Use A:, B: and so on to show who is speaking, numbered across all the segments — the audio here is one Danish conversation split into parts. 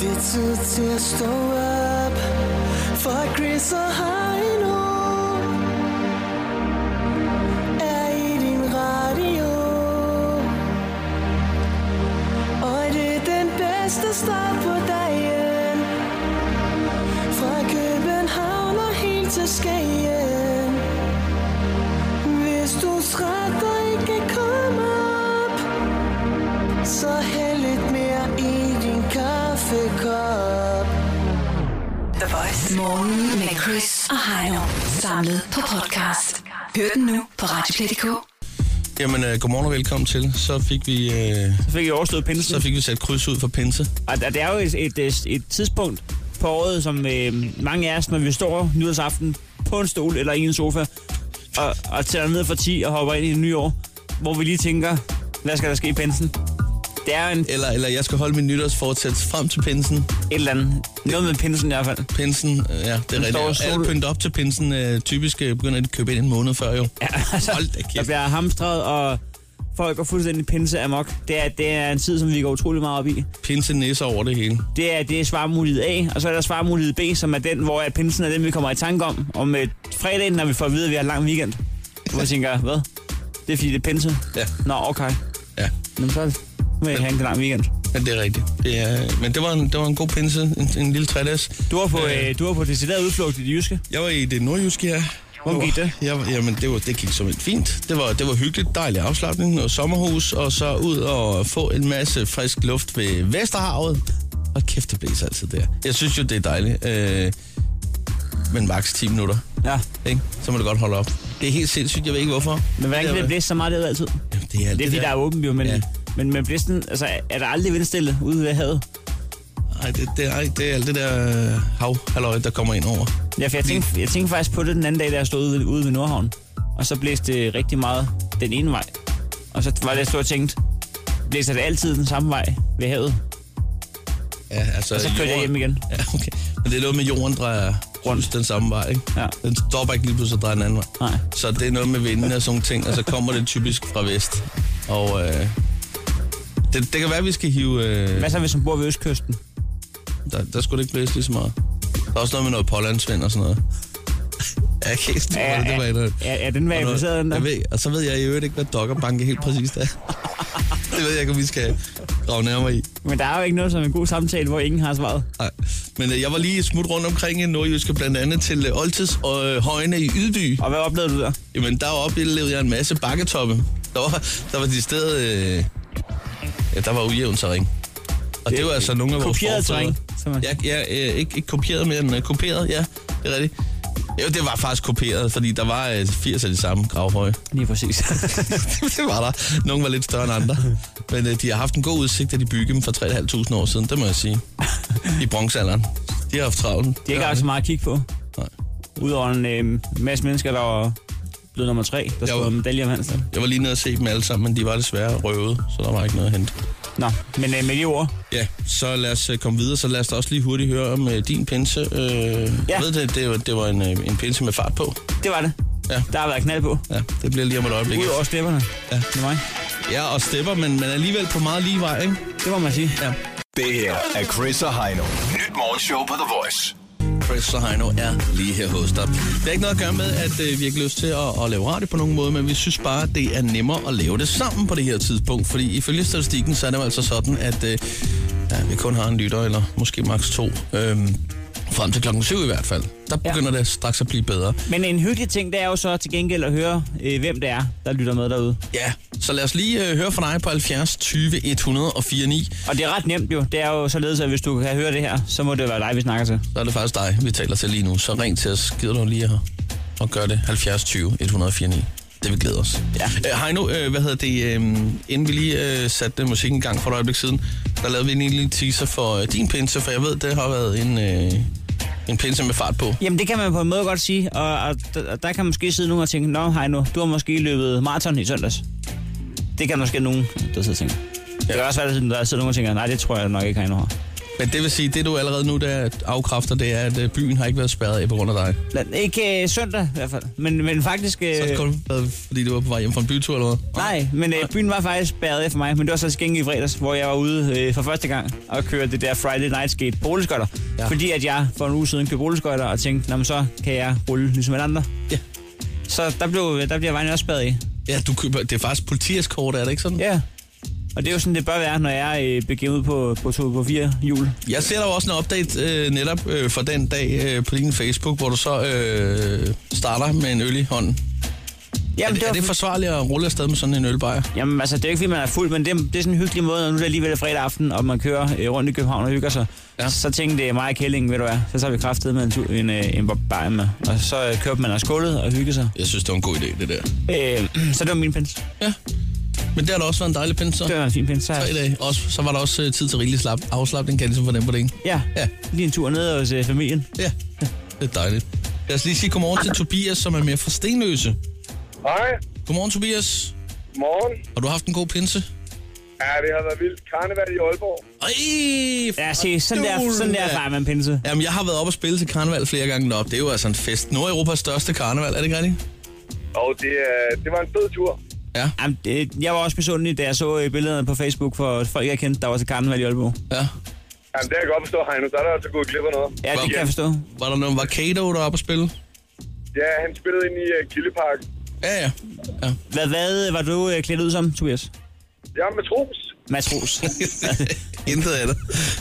A: altid til at stå op For Chris og Heino Er i din radio Og det er den bedste start på dagen Fra København og helt til Skagen Hvis du er træt og ikke kan komme op Så hæld lidt mere i din kaffekop
B: The Voice. Morgen med Chris og Heino. Samlet på podcast. Hør den nu på Radioplay.dk.
C: Jamen, øh, godmorgen og velkommen til. Så fik vi, øh,
D: Så fik jeg overstået pinsen.
C: så fik vi sat kryds ud for pinse.
D: Og og det er jo et, et, et, et tidspunkt på året, som øh, mange af os, når vi står nyårsaften på en stol eller i en sofa, og, og tæller ned for 10 og hopper ind i det nye år, hvor vi lige tænker, hvad skal der ske i pensen? Det er en et
C: Eller, eller jeg skal holde min nytårsfortsæt frem til pinsen.
D: eller andet. Noget med pinsen i hvert fald.
C: Pinsen, øh, ja, det er
D: står
C: rigtigt.
D: sol-
C: Alt pynt op til pinsen. Øh, typisk øh, begynder de at købe ind en måned før jo.
D: Ja, altså,
C: Hold da kæft.
D: Der bliver hamstret, og folk går fuldstændig pinse amok. Det er, det er en tid, som vi går utrolig meget op i.
C: Pinse næser over det hele.
D: Det er, det er svarmulighed A, og så er der svarmulighed B, som er den, hvor at pinsen er den, vi kommer i tanke om. Om øh, fredagen, når vi får at vide, at vi har en lang weekend. Hvor jeg tænker, hvad? Det er fordi, det er pinse?
C: Ja.
D: Nå, okay.
C: Ja,
D: Men så må jeg have en lang weekend.
C: men det er rigtigt. Det er, men det var, en, det var en god pinse, en, en lille trædags.
D: Du var på,
C: Øh.
D: øh, du var på decideret udflugt i det jyske.
C: Jeg var i det nordjyske her.
D: Hvordan gik det?
C: Jeg, var- jamen, det, var, det gik som et fint. Det var, det var hyggeligt, dejlig afslappning, noget sommerhus, og så ud og få en masse frisk luft ved Vesterhavet. Og kæft, det blæser altid der. Jeg synes jo, det er dejligt. Øh, men maks 10 minutter,
D: Ja,
C: ikke? Så må du godt holde op. Det er helt sindssygt, jeg ved ikke hvorfor.
D: men hvordan kan det blæse så meget derude altid?
C: Jamen, det er, alt
D: Det er fordi, der er åbent jo, men,
C: Ja.
D: ja. men, men blæsten, altså, er der aldrig vindstille ude ved havet?
C: Ej, det, det, ej, det er alt det der øh, hav, halløj, der kommer ind over.
D: Ja, for jeg tænkte, jeg tænkte faktisk på det den anden dag, da jeg stod ude ved, ude ved Nordhavn. Og så blæste det rigtig meget den ene vej. Og så var det, jeg stod og tænkte, blæser det altid den samme vej ved havet?
C: Ja, altså,
D: Og så kørte jeg
C: jorden-
D: hjem igen.
C: Ja, okay. Men det er noget med, jorden drejer rundt den samme vej, ikke?
D: Ja.
C: Den stopper ikke lige pludselig og drejer den anden vej.
D: Nej.
C: Så det er noget med vinden og sådan nogle ting, og så kommer det typisk fra vest. Og øh, det, det kan være, at vi skal hive... Øh,
D: Hvad så, hvis man bor ved Østkysten?
C: der, der skulle det ikke blæse lige så meget. Der er også noget med noget pålandsvind og sådan noget. Jeg kan ikke styre,
D: Er,
C: det, det var et
D: er,
C: af-
D: er, er den verificeret, den der?
C: jeg ved, og så ved jeg i øvrigt ikke, hvad dokkerbanke helt præcist er. det ved jeg ikke, om vi skal grave nærmere i.
D: Men der er jo ikke noget som en god samtale, hvor ingen har svaret.
C: Nej. Men øh, jeg var lige smut rundt omkring i Nordjyske, blandt andet til øh, Oltes og øh, Højne i Ydby.
D: Og hvad oplevede du der?
C: Jamen, der oplevede jeg en masse bakketoppe. Der var, der var de steder... Øh, ja, der var ujævn terræn. Og det, det var altså nogle af vores
D: Kopieret
C: forfædre.
D: terræn. som man-
C: Ja, ja øh, ikke, ikke kopieret mere end øh, kopieret, ja. Det er rigtigt. Jo, det var faktisk kopieret, fordi der var øh, 80 af de samme gravhøje.
D: Lige præcis.
C: det var der. Nogle var lidt større end andre. Men øh, de har haft en god udsigt, da de byggede dem for 3.500 år siden, det må jeg sige. I bronzealderen. De har haft travlt.
D: Det er ikke ja, så meget at kigge på.
C: Nej.
D: Udover en øh, masse mennesker, der var blevet nummer tre, der
C: Jeg
D: stod
C: var-
D: medalje om Hansen.
C: Jeg var lige nede og se dem alle sammen, men de var desværre røvet, så der var ikke noget at hente.
D: Nå, men øh, med de ord,
C: Ja, så lad os øh, komme videre, så lad os da også lige hurtigt høre om øh, din pinse. Øh, ja. Jeg ved, det, det, var, det var en, øh, en pinse med fart på.
D: det var det.
C: Ja.
D: Der har været knald på.
C: Ja, det bliver lige om et øjeblik.
D: Ud over stepperne.
C: Ja.
D: Med mig.
C: Ja, og stepper, men, men alligevel på meget lige vej, ikke?
D: Det må man sige.
C: Ja.
E: Det her er Chris og Heino. Nyt morgenshow på The Voice.
C: Chris og Heino er lige her hos dig. Det er ikke noget at gøre med, at øh, vi ikke har lyst til at, at lave radio på nogen måde, men vi synes bare, at det er nemmere at lave det sammen på det her tidspunkt. Fordi ifølge statistikken, så er det jo altså sådan, at øh, ja, vi kun har en lytter, eller måske maks to, øh, frem til klokken 7 i hvert fald. Der
D: Ja.
C: begynder ja. det straks at blive bedre.
D: Men en hyggelig ting, det er jo så til gengæld at høre, øh, hvem det er, der lytter med derude.
C: Ja, så lad os lige øh, høre fra dig på 70 20 104 9.
D: Og det er ret nemt jo. Det er jo således, at hvis du kan høre det her, så må det være dig, vi snakker til.
C: Så er det faktisk dig, vi taler til lige nu. Så ring til os, gider du lige her, og gør det 70 20 104 9. Det vil glæde os.
D: Ja.
C: Øh, Heino, øh, hvad hedder det, øh, inden vi lige øh, satte øh, musikken i gang for et øjeblik siden, der lavede vi en lille teaser for øh, din pinse, for jeg ved, det har været en, øh, en pinse med fart på.
D: Jamen det kan man på en måde godt sige, og, og, og der kan man måske sidde nogen og tænke, Nå Heino, du har måske løbet maraton i søndags. Det kan måske nogen, der sidder og tænker. Ja. Det kan også være, at der sidder nogen og tænker, nej, det tror jeg nok ikke, Heino har.
C: Men det vil sige, det du allerede nu der afkræfter, det er, at øh, byen har ikke været spærret af på grund af dig.
D: Lad- Ikke øh, søndag i hvert fald, men, men faktisk... Øh,
C: Så har det kun været, fordi du var på vej hjem fra en bytur eller hvad?
D: Nej, men øh, byen var faktisk spærret af for mig, men det var så skænket i fredags, hvor jeg var ude øh, for første gang og kørte det der Friday Night Skate boligskøjter.
C: Ja.
D: Ja. Fordi at jeg for en uge siden købte boligskøjter og tænkte, "Nå, men så kan jeg rulle ligesom alle andre.
C: Ja.
D: Så der, blev, øh, der bliver vejen også spærret af.
C: Ja, du køber, det er faktisk politieskort, er det ikke sådan?
D: Ja. Og det er jo sådan, det bør være, når jeg øh, begiver ud på, på, to, på fire hjul.
C: Jeg ser der jo også en update øh, netop øh, fra den dag øh, på din Facebook, hvor du så øh, starter med en øl i hånden.
D: Jamen,
C: Jamen, er, det, er
D: var
C: det forsvarligt at rulle afsted med sådan en ølbejer?
D: Jamen, altså, det er jo ikke, fordi man er fuld, men det er, det er sådan en hyggelig måde, når nu er det alligevel fredag aften, og man kører øh, rundt i København og hygger sig.
C: Ja.
D: Ja. Så tænkte det mig og Kjelling, ved du hvad, så tager vi kraftedet med en, tur, en, øh, en bajer med, og så øh, kører man og skålet og hygger sig.
C: Jeg synes, det var en god idé, det der.
D: Øh, så det var min pins.
C: Ja. Men det har da også været en dejlig pind, så.
D: Det var en fin pins. Så,
C: Tre dage. Også, så var der også øh, tid til rigelig slap, afslappning, kan jeg ligesom fornemme på det, ikke?
D: ja,
C: Ja.
D: ja, lige en tur ned hos øh, familien.
C: Ja, det er dejligt. Lad os lige sige godmorgen til Tobias, som er med fra Stenløse.
F: Hej,
C: Godmorgen, Tobias.
F: morgen.
C: Har du haft en god pinse?
F: Ja, det har været vildt. Karneval i Aalborg.
C: Ej,
D: Ja, se, Altså, sådan der, sådan der fejrer man pinse.
C: Jamen, jeg har været oppe og spille til karneval flere gange op. Det er jo altså en fest. Nordeuropas største karneval, er det ikke rigtigt?
F: Og det, øh, det var en fed tur.
C: Ja,
D: Jamen, det, jeg var også misundelig, da jeg så øh, billederne på Facebook for folk, jeg kendte, der var til karneval i Aalborg.
C: ja.
F: Jamen, det kan jeg godt forstå, Heino. Der er der altså gået glip af noget.
D: Ja,
C: Wow.
D: det kan jeg forstå.
C: Var der noget, var Kato deroppe at spille?
F: Ja, han spillede ind i uh, Kildepark.
C: Ja, ja. ja.
D: Hvad, hvad øh, var du øh, klædt ud som, Tobias?
F: Jeg er med Trus.
D: Matros.
C: Intet af det.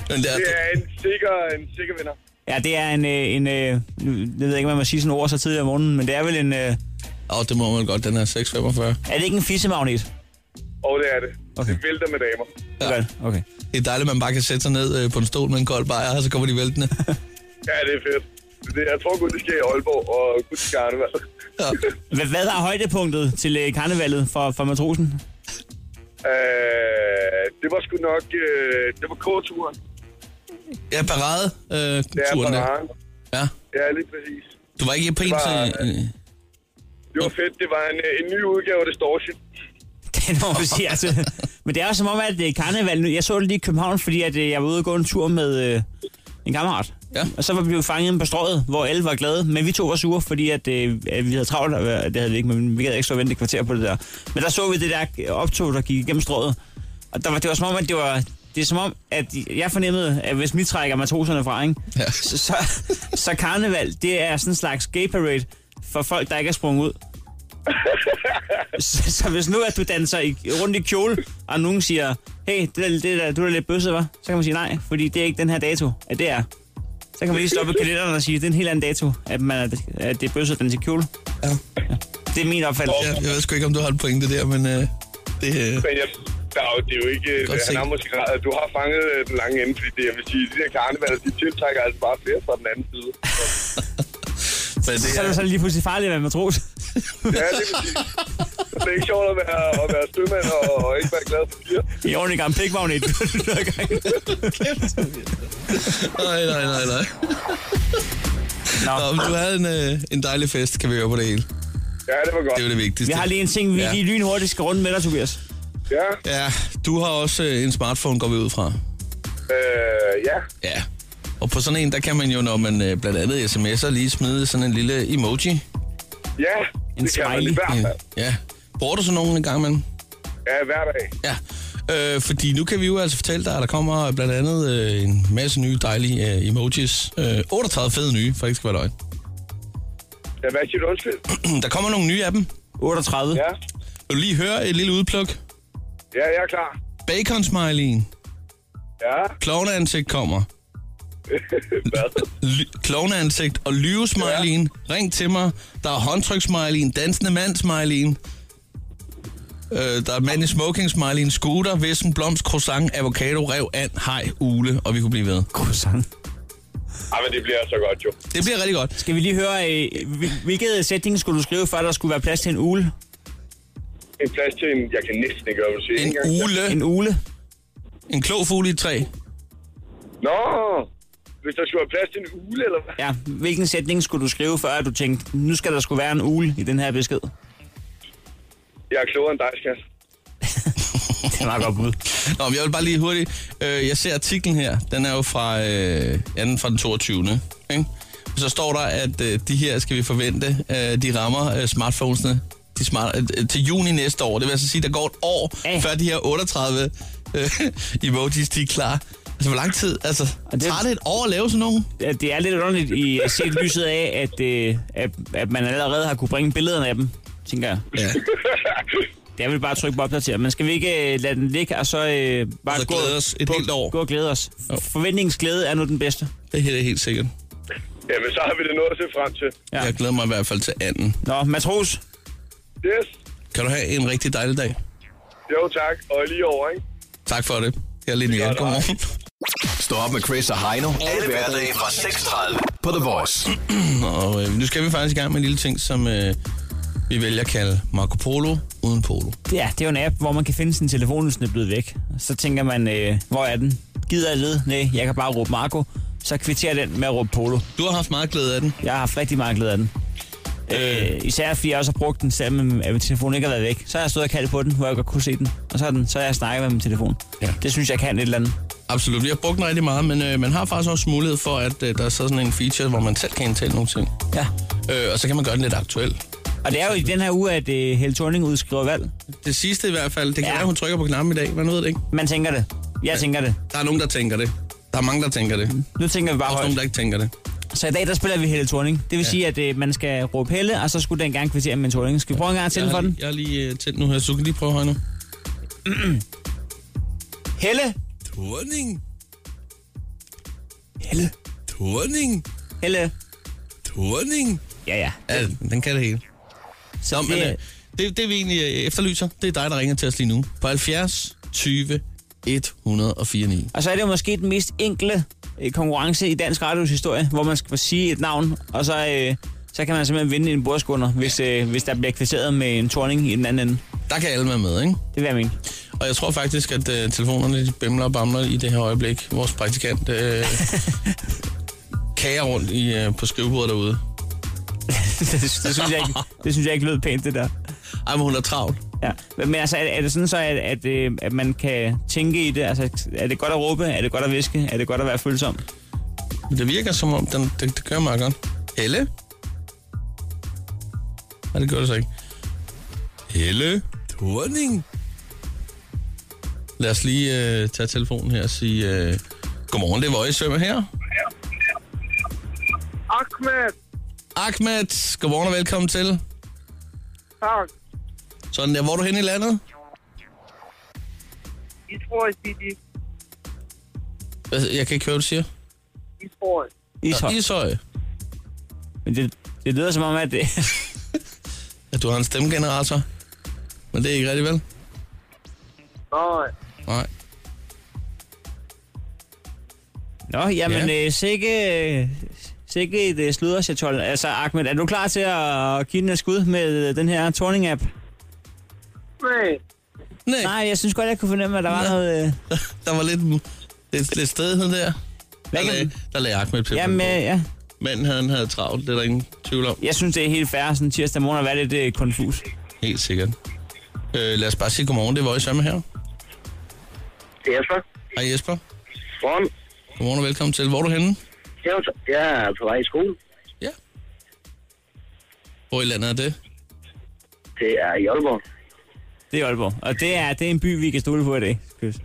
C: Men det er,
F: Det er en sikker, en sikker vinder.
D: Ja, det er en, øh, en øh, nu- jeg ved ikke, hvad man siger sådan ord så tidligt om morgenen, men det er vel en, øh,
C: Åh, det må man godt, den er 6,45.
D: er det ikke en fissemagnet?
F: Og det er det.
D: Okay.
F: Okay. Det vælter med damer.
D: Ja. Okay. okay.
C: Det er dejligt, at man bare kan sætte sig ned øh, på en stol med en kold bajer, og så kommer de væltende.
F: Ja, det er fedt. Det, jeg tror kun, det sker i Aalborg og kun til karneval.
C: Ja.
D: Hvad, hvad er højdepunktet til øh, karnevalet for, for matrosen?
F: Øh, det var sgu nok... Øh, det var K-turen.
C: Ja, parade. Øh,
F: Det er
C: turen der.
F: pararen.
C: Ja.
F: Ja, lige præcis.
C: Du var ikke på en
F: var,
C: til... øh,
F: Det var fedt. Det var en, øh, en ny udgave af Distortion.
D: Det må man sige, altså. Men det er også som om, at øh, karneval nu, jeg så det lige i København, fordi at, øh, jeg var ude og gå en tur med øh, en kammerat.
C: Ja.
D: Og så var vi jo fanget inde på strøget, hvor alle var glade, men vi to var sure, fordi at, øh, at vi havde travlt, og øh, det havde vi ikke, men vi gad ikke så vente et kvarter på det der. Men der så vi det der optog, der gik igennem strøget, og der var, det var som om, at det var... Det er som om, at jeg fornemmede, at hvis vi trækker matroserne fra, ikke?
C: Ja.
D: Så, så, så karneval, det er sådan en slags gay parade for folk, der ikke er sprunget ud. Så, så hvis nu, at du danser i, rundt i kjole, og nogen siger, hey, det der, det der, du er da lidt bøsset, hva? Så kan man sige nej, fordi det er ikke den her dato, at det er. Så kan man lige stoppe kalenderen og sige, det er en helt anden dato, at, man er, at det er bøsset, den til kjole.
C: Ja.
D: Det er min opfattelse.
C: ja. Jeg ved sgu ikke, om du har et pointe der, men... Øh, det, øh,
F: Men jeg, der er jo, det er jo ikke...
C: Godt
F: Godt han
C: set.
F: har måske ret- Du har fanget øh, den lange ende, fordi det, jeg vil sige, de der karnevaler, de tiltrækker altså bare flere fra den anden side. Så,
C: men det
D: Så er
C: er,
D: det så lige pludselig farligt at være matros.
F: ja, det vil sige. Så det er ikke sjovt at være, at være stødmand og, og ikke være glad for piger.
D: I ordentlig gang pikmagnet.
C: nej, nej, nej, nej. Nå,
D: Nå,
C: men du havde en, øh, en dejlig fest, kan vi høre på det hele.
F: Ja, det var godt.
C: Det er jo det vigtigste.
D: vi har lige en ting, vi
C: Ja.
D: lige lynhurtigt skal runde med dig, Tobias.
F: Ja,
C: Ja, du har også øh, en smartphone, går vi ud fra.
F: øh, ja.
C: Ja. Og på sådan en, der kan man jo, når man øh, blandt andet sms'er, lige smide sådan en lille emoji.
F: Ja,
D: En
F: det kan man
D: smiley.
F: i hvert fald.
C: Ja. Bruger du sådan nogen en gang imellem?
F: Ja, hver dag.
C: Ja. Øh, fordi nu kan vi jo altså fortælle dig, at der kommer blandt andet øh, en masse nye dejlige øh, emojis. Øh, 38 fede nye, for ikke skal være løgn.
F: Ja, hvad siger du undskyld?
C: Der kommer nogle nye af dem.
D: 38.
F: Ja,
C: Vil du lige høre et lille udpluk?
F: ja, jeg er klar.
C: Bacon-smileyen.
F: Ja,
C: Klovneansigt kommer.
F: hvad?
C: Ly- klovneansigt og lyvesmileyen. Ja. Ring til mig. Der er håndtrykssmileyen. Dansende mand-smileyen. Øh, der er mand i smoking smileyen. Scooter, vissen, blomst, croissant, avocado, rev, and, hej, ule. Og vi kunne blive ved.
D: Croissant.
F: Ej, men det bliver så godt jo.
C: Det bliver rigtig godt.
D: Skal vi lige høre, øh, hvil- hvilket sætning skulle du skrive, før der skulle være plads til en ule?
F: En plads til en, jeg kan næsten ikke gøre, hvad du siger.
C: En
F: Ikke engang-
D: En
C: ule.
D: ule?
C: En klog fugl i et træ.
F: Nå, hvis der skulle være plads til en ule, eller hvad?
D: Ja, hvilken sætning skulle du skrive, før at du tænkte, nu skal der skulle være en ule i den her besked?
F: Jeg er klogere end dig, skat.
D: Det er meget godt bud.
C: Nå, men jeg vil bare lige hurtigt... Øh, jeg ser artiklen her. Den er jo fra, øh, ja, den er fra den 22. Ikke? Så står der, at øh, de her skal vi forvente, øh, de rammer øh, smartphonesene de smart, øh, til juni næste år. Det vil altså sige, der går et år,
D: Ja.
C: før de her 38 øh, emojis, de er klar. Altså, hvor lang tid? Altså,
D: det-
C: tager det et år at lave sådan nogen?
D: Ja, Det er lidt underligt i at se lyset af, at, øh, at, at man allerede har kunne bringe billederne af dem, tænker jeg.
C: Ja.
D: Det er vel bare at trykke på opdater. Men skal vi ikke øh, lade den ligge, og så øh, bare
C: Og så
D: gå,
C: glæde os et
D: gå,
C: helt år.
D: gå og glæde os? Forventningsglæde er nu den bedste.
C: Det her er helt sikkert.
F: Jamen, så har vi det noget at se frem til.
D: Ja.
C: Ja. Jeg glæder mig i hvert fald til anden.
D: Nå, Matros,
F: Yes.
C: Kan du have en rigtig dejlig dag.
F: Jo, tak. Og lige over, ikke?
C: Tak for det. Jeg er Linnea.
F: Det er godt.
C: Godmorgen.
E: Stå op med Chris og Heino. Alle hverdage fra 6.30 på The Voice.
C: Og øh, nu skal vi faktisk i gang med en lille ting, som øh, vi vælger at kalde Marco Polo uden polo.
D: ja, det er jo en app, hvor man kan finde sin telefon, hvis den er blevet væk. Så tænker man, øh, hvor er den? Gider jeg led? Nej, jeg kan bare råbe Marco. Så kvitterer den med at råbe Polo.
C: Du har haft meget glæde af den.
D: Jeg har haft rigtig meget glæde af den. Øh, især fordi jeg også har brugt den, selvom at min telefon ikke har været væk. Så har jeg stået og kaldt på den, hvor jeg godt kunne se den. Og så har, den, så har jeg snakket med min telefon.
C: Ja.
D: Ja. Det synes jeg kan et eller andet.
C: Absolut. Vi har brugt den rigtig meget, men øh, man har faktisk også mulighed for, at øh, der er så sådan en feature, hvor man selv kan indtale nogle ting.
D: Ja.
C: Øh, og så kan man gøre den lidt aktuel.
D: Og det er jo i den her uge, at øh, Helle Thorning udskriver valg.
C: Det sidste i hvert fald, det kan
D: Ja.
C: være, hun trykker på knappen i dag. Man ved det ikke.
D: Man tænker det. Jeg tænker det.
C: Der er nogen, der tænker det. Der er mange, der tænker det. Der
D: Nu tænker vi
C: er
D: bare
C: også
D: højt.
C: nogen, der ikke tænker det.
D: Så i dag, der spiller vi Helle Thorning. Det vil ja. sige, at øh, man skal råbe Helle, og så skulle den gerne kvittere med en Thorning. Skal vi prøve en gang at tænde
C: Jeg
D: for
C: har,
D: den?
C: lige- jeg har lige øh, tændt nu her, så du kan lige prøve her nu.
D: Helle!
C: Torning,
D: Helle!
C: torning,
D: Helle!
C: torning.
D: Ja, ja.
C: Ja, den kan det hele.
D: Så
C: Nå, men, øh, det, det vi egentlig øh, efterlyser, det er dig, der ringer til os lige nu. På 70 20 104 9.
D: Og så er det jo måske den mest enkle øh, konkurrence i dansk radios historie, hvor man skal sige et navn, og så, øh, så kan man simpelthen vinde en bordskunder, hvis, øh, hvis der bliver kvitteret med en torning i den anden ende.
C: Der kan alle være med, ikke?
D: Det vil jeg mene.
C: Og jeg tror faktisk, at øh, telefonerne de bimler og bamler i det her øjeblik. Vores praktikant øh, kager rundt i, øh, på skrivebordet derude.
D: det, det, synes jeg ikke, det synes jeg ikke lød pænt, det der.
C: Ej, men hun er travlt.
D: Ja. Men altså, er, er det sådan så, at, at, øh, at man kan tænke i det? Altså, er det godt at råbe? Er det godt at viske? Er det godt at være følsom?
C: Men det virker som om, den, det, det kører meget godt. Helle? Nej, det gør det så ikke. Helle? Torning? Lad os lige øh, tage telefonen her og sige, øh, godmorgen, det er Voice, hvem er her?
F: Ahmed.
C: Ahmed, godmorgen og velkommen til.
F: Tak.
C: Sådan der, hvor er du henne i landet?
F: I tror, I siger,
C: Hvad- Jeg kan ikke høre, hvad du siger.
F: I tror.
D: Ishøj.
C: Ishøj.
D: Men det, det lyder som om, at... øh,
C: Ja, du har en stemmegenerator. Men det er ikke rigtigt, vel?
F: Nej.
C: Nej.
D: Nå, jamen,
C: Ja.
D: ja. øh, sikke, øh, sikke et øh, sluddersjatol. Altså, Ahmed, er du klar til at give den et skud med øh, den her Torning-app?
F: Nej.
C: Nej,
D: Nej, jeg synes godt, jeg kunne fornemme, at der var
C: Nå.
D: noget... Øh,
C: der var lidt, lidt, lidt stedhed der. Der
D: Hvad kan-
C: lagde, der lagde Ahmed til.
D: jamen, øh, ja.
C: Manden han havde travlt, det er der ingen tvivl om.
D: Jeg synes, det er helt fair sådan tirsdag morgen at være lidt øh, konfus.
C: Helt sikkert. Øh, lad os bare sige godmorgen, det er Voice Svømme her.
F: Det er så.
C: Hej Jesper.
F: Godmorgen.
C: Godmorgen og velkommen til. Hvor er du henne?
F: Jo, tak. Jeg er på vej i skole.
C: Ja. Hvor i landet er det?
F: Det er i Aalborg.
D: Det er Aalborg. Og det er, det er en by, vi kan stole på i dag. Chris.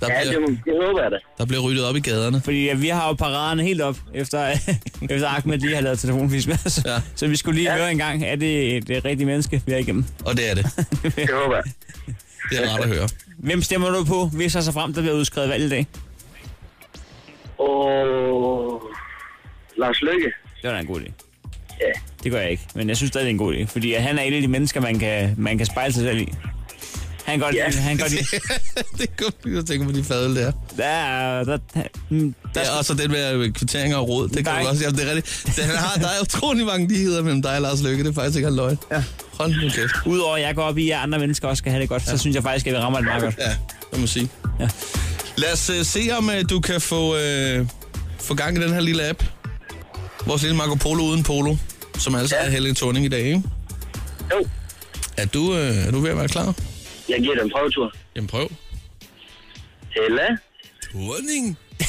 C: Der
F: Ja, det,
C: bliver,
F: det håber jeg da.
C: der bliver ryddet op i gaderne.
D: Fordi ja, vi har jo paraderne helt op, efter, efter Ahmed lige har lavet telefonvis med os.
C: Ja.
D: Ja. Så vi skulle lige ja. høre en gang, er det et, et rigtigt menneske, vi er igennem?
C: Og det er det.
F: Det håber jeg.
C: Det er rart at høre.
D: Hvem stemmer du på, hvis der så frem, der bliver udskrevet valg i dag?
F: Og Lars Løkke.
D: Det var da en god idé.
F: Ja.
D: Det gør jeg ikke, men jeg synes stadig, det er en god idé. Fordi at han er et af de mennesker, man kan, man kan spejle sig selv i. Han kan godt
F: Ja.
D: lide, han kan godt lide.
C: det kunne jeg godt tænke på de fadel der.
D: Der, er- der, der, mm, der,
C: Ja, og så den med øh, kvitteringer og råd, det kan
D: Nej.
C: du også. Jamen, det er rigtigt. Det, han har, der er utrolig mange ligheder mellem dig og Lars Løkke. Det er faktisk ikke en løgn. Ja. Hold nu kæft.
D: udover at jeg går op i, at andre mennesker også skal have det godt, ja. så synes jeg faktisk, at vi rammer det meget godt.
C: Ja, det må jeg sige.
D: Ja.
C: Lad os øh, se, om øh, du kan få, øh, få gang i den her lille app. Vores lille Marco Polo uden polo, som altså ja. er Helle Thorning i dag, ikke?
F: Jo,
C: Er du, øh, er du ved at være klar?
G: Jeg giver dem prøvetur.
C: Jamen prøv.
G: Hella?
C: Turning?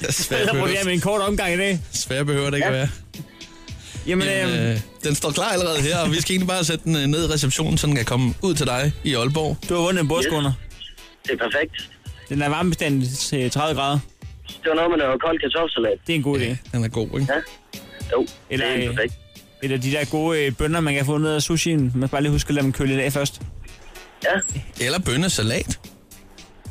D: Jeg
C: Svær
D: prøver
C: behøver,
D: med en kort omgang i dag.
C: svær behøver det ikke at være.
D: Jamen,
C: Jamen,
D: øh,
C: øh, den står klar allerede her, og vi skal egentlig bare sætte den øh, ned i receptionen, så den kan komme ud til dig i Aalborg.
D: du har vundet en bordskunder.
G: Det er perfekt.
D: Den er varmebestandig til 30 grader.
G: Det var noget med noget kold kartoffelsalat.
D: Det er en god idé.
C: Den er god, ikke?
G: Ja. Jo,
D: Eller,
G: det er
D: øh,
G: perfekt.
D: Et af de der gode øh, bønner, man kan få ned af sushien. Man skal bare lige huske at lade dem køle lidt af først.
G: Ja,
C: Eller bønnesalat.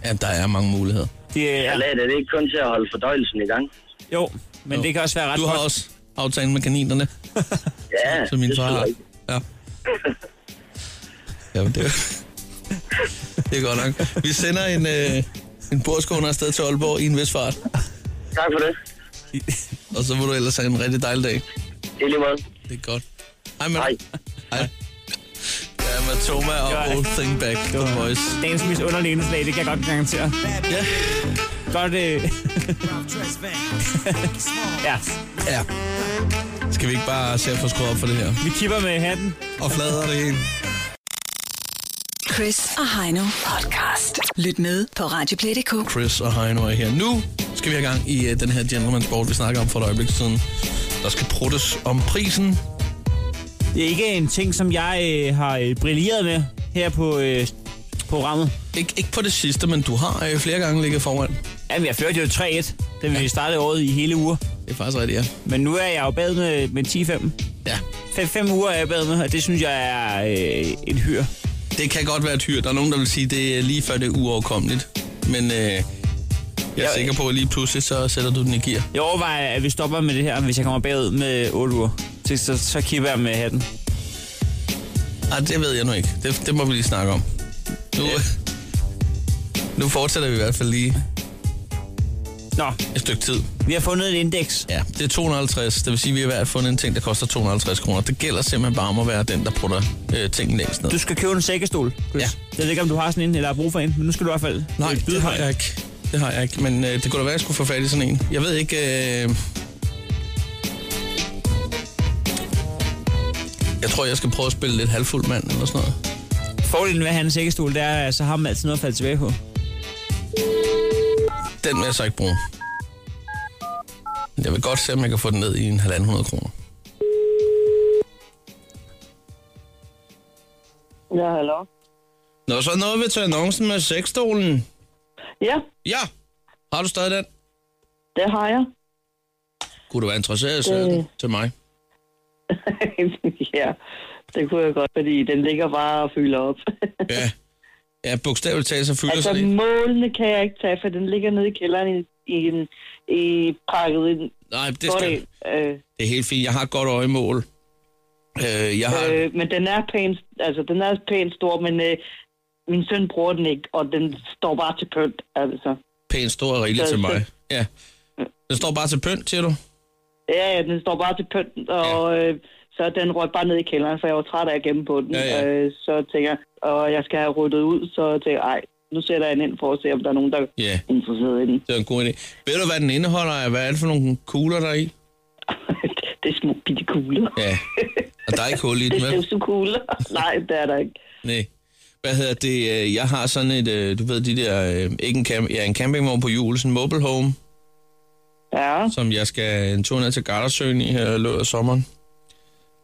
C: Ja, der er mange muligheder.
D: Det er,
G: salat er det ikke kun til at holde fordøjelsen i gang.
D: jo, men
C: Jo.
D: det kan også være ret
C: Du har
D: godt.
C: også aftalen med kaninerne,
G: Ja,
C: som min
G: det
C: far
G: skyder
C: har.
G: ikke.
C: Ja. ja men det, er- det er godt nok. Vi sender en, øh, en bordskåner afsted til Aalborg i en vis fart,
G: Tak for det.
C: og så må du ellers have en rigtig dejlig dag.
G: Det er lige meget.
C: Det er godt. Hej, med
G: Hej.
C: Hej. Ja, med Toma og
D: Hej.
C: Old Thing Back, The Voice.
D: Dagens mest underlige indslag, det kan jeg godt garantere.
C: Ja.
D: Godt, øh, ja,
C: Ja. Skal vi ikke bare se at få skruet op for det her?
D: vi kipper med hatten.
C: Og flader det hele.
B: Chris og Heino podcast. Lyt med på Radioplay.dk.
C: Chris og Heino er her. Nu skal vi have gang i uh, den her gentleman sport, vi snakker om for et øjeblik siden. Der skal pruttes om prisen.
D: Det er ikke en ting, som jeg øh, har øh, brilleret med her på øh, programmet.
C: Ik- ikke på det sidste, men du har uh, flere gange ligget foran.
D: Jamen, jeg førte jo 3-1, da vi startede året i hele uger.
C: Det er faktisk rigtigt, ja.
D: Men nu er jeg jo bag med, med 10-5.
C: Ja,
D: 5 uger er jeg bag med, og det synes jeg er øh, et hyr.
C: det kan godt være et hyr. Der er nogen, der vil sige, det er lige før det er uoverkommeligt. Men uh, jeg er
D: Jeg-
C: sikker på, at lige pludselig så sætter du den i gear.
D: Jeg overvejer, at vi stopper med det her, hvis jeg kommer bagud med 8 uger. Så, så, så kipper jeg med hatten.
C: Nej, det ved jeg nu ikke. Det, det må vi lige snakke om. Nu, nu fortsætter vi i hvert fald lige
D: Nå,
C: et stykke tid.
D: vi har fundet et indeks.
C: Ja, det er 250. Det vil sige, at vi har hver fundet en ting, der koster 250 kroner. Det gælder simpelthen bare om at være den, der putter øh, tingene længst ned.
D: Du skal købe en sækkestol, Chris.
C: Ja.
D: Ja. Jeg ved ikke, om du har sådan en, eller har brug for en, men nu skal du i hvert fald
C: Nej,
D: øh, byde
C: det har
D: på
C: jeg
D: en.
C: ikke. Det har jeg ikke, men øh, det kunne da være, at jeg skulle få fat i sådan en. Jeg ved ikke... Øh... Jeg tror, jeg skal prøve at spille lidt halvfuld mand eller sådan noget.
D: Fordelen ved at have en sækkestol, det er, at så har man altid noget at falde tilbage på.
C: Den vil jeg så ikke bruge. Men Jeg vil godt se, om jeg kan få den ned i en halvanden hundrede kroner.
H: Ja, hallo.
C: Nå, så nåede vi til annoncen med sexstolen.
H: Ja,
C: Ja! Har du stadig den?
H: det har jeg.
C: Kunne du være interesseret i at sælge den til mig?
H: Øh, ja, det kunne jeg godt, fordi den ligger bare og fylder op.
C: Ja. Ja, bogstaveligt talt, så fylder
H: altså,
C: sig det.
H: målene kan jeg ikke tage, for den ligger nede i kælderen i, i, en, i pakket i en
C: Nej, det,
H: godt
C: skal,
H: en. Øh,
C: det er helt fint. Jeg har et godt øjemål. Øh, jeg har...
H: øh, men den er pænt, altså, den er pænt stor, men øh, min søn bruger den ikke, og den står bare til pynt, altså.
C: pænt stor og rigelig
H: Så-
C: til
H: så-
C: mig. Ja. Den står bare til pynt, siger du?
H: Ja, ja, den står bare til pynt, og øh, så den røg bare ned i kælderen, for jeg var træt af at gemme på den.
C: Ja, ja.
H: Øh, så tænker jeg, og jeg skal have ryddet ud, så tænker jeg, ej, nu sætter jeg den ind for at se, om der er nogen, der
C: Ja, yeah,
H: er interesseret i den.
C: det er en god idé. Ved du, hvad den indeholder? Hvad er det for nogle kugler, der er i?
H: det er små bitte kugler.
C: Ja. Og der er ikke hul i den,
H: Det er
C: vel?
H: så kugler. Nej, det er der ikke.
C: Nej. Hvad hedder det? øh, Jeg har sådan et, øh, du ved, de der, øh, ikke en, camp, ja, en campingvogn på hjul, sådan en mobile home,
H: Ja,
C: som jeg skal en tur ned til Gardersøen i her i løbet af sommeren.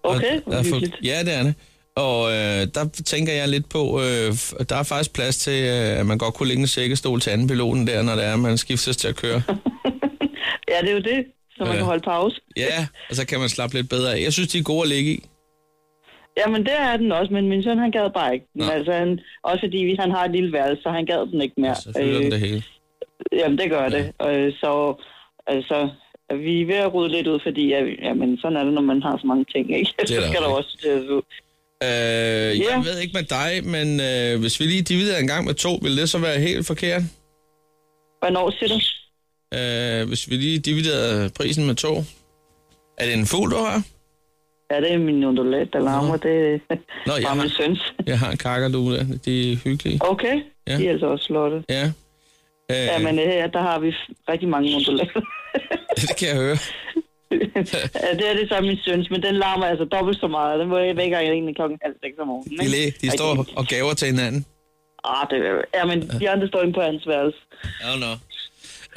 H: okay.
C: Og der er fu-
H: hyggeligt.
C: ja, det er det. Og øh, der tænker jeg lidt på, øh, f- der er faktisk plads til, øh, at man godt kunne lægge en sækkestol til anden piloten der, når det er, man skiftes til at køre.
H: Ja, det er jo det, så man
C: Ja.
H: kan holde pause.
C: Ja, og så kan man slappe lidt bedre af. Jeg synes, de er gode at ligge i.
H: Jamen, det er den også, men min søn, han gad bare ikke.
C: Nå.
H: Nej. Altså, han, også fordi vi- han har et lille værelse, så han gad den ikke mere.
C: Så fylder den det hele.
H: jamen, det gør ja. det. Øh, så altså, vi er ved at rydde lidt ud, fordi ja, jamen, sådan er det, når man har så mange ting, ikke?
C: er
H: Så
C: der
H: skal der
C: ikke.
H: også... Øh,
C: Øh,
H: Ja.
C: Jeg ved ikke med dig, men øh, hvis vi lige dividerer en gang med to, vil det så være helt forkert?
H: hvornår siger du?
C: Øh, hvis vi lige dividerer prisen med to. Er det en fugl, du har?
H: Ja, det er min undulat, der larmer. Det
C: Nå, jeg
H: er min
C: har,
H: søns.
C: jeg har en kakadu der. De er hyggelige.
H: Okay,
C: Ja.
H: ja. de er altså også flotte.
C: Ja. Øh,
H: Ja, men her, der har vi rigtig mange undulater.
C: det kan jeg høre.
H: ja, det er det samme min søns, men den larmer altså dobbelt så meget. Den må jeg vækker egentlig klokken halv seks om morgenen.
C: De, læ- de står og gaver til hinanden.
H: Ah, det, ja, men de andre står inde på hans værelse.
C: I don't know.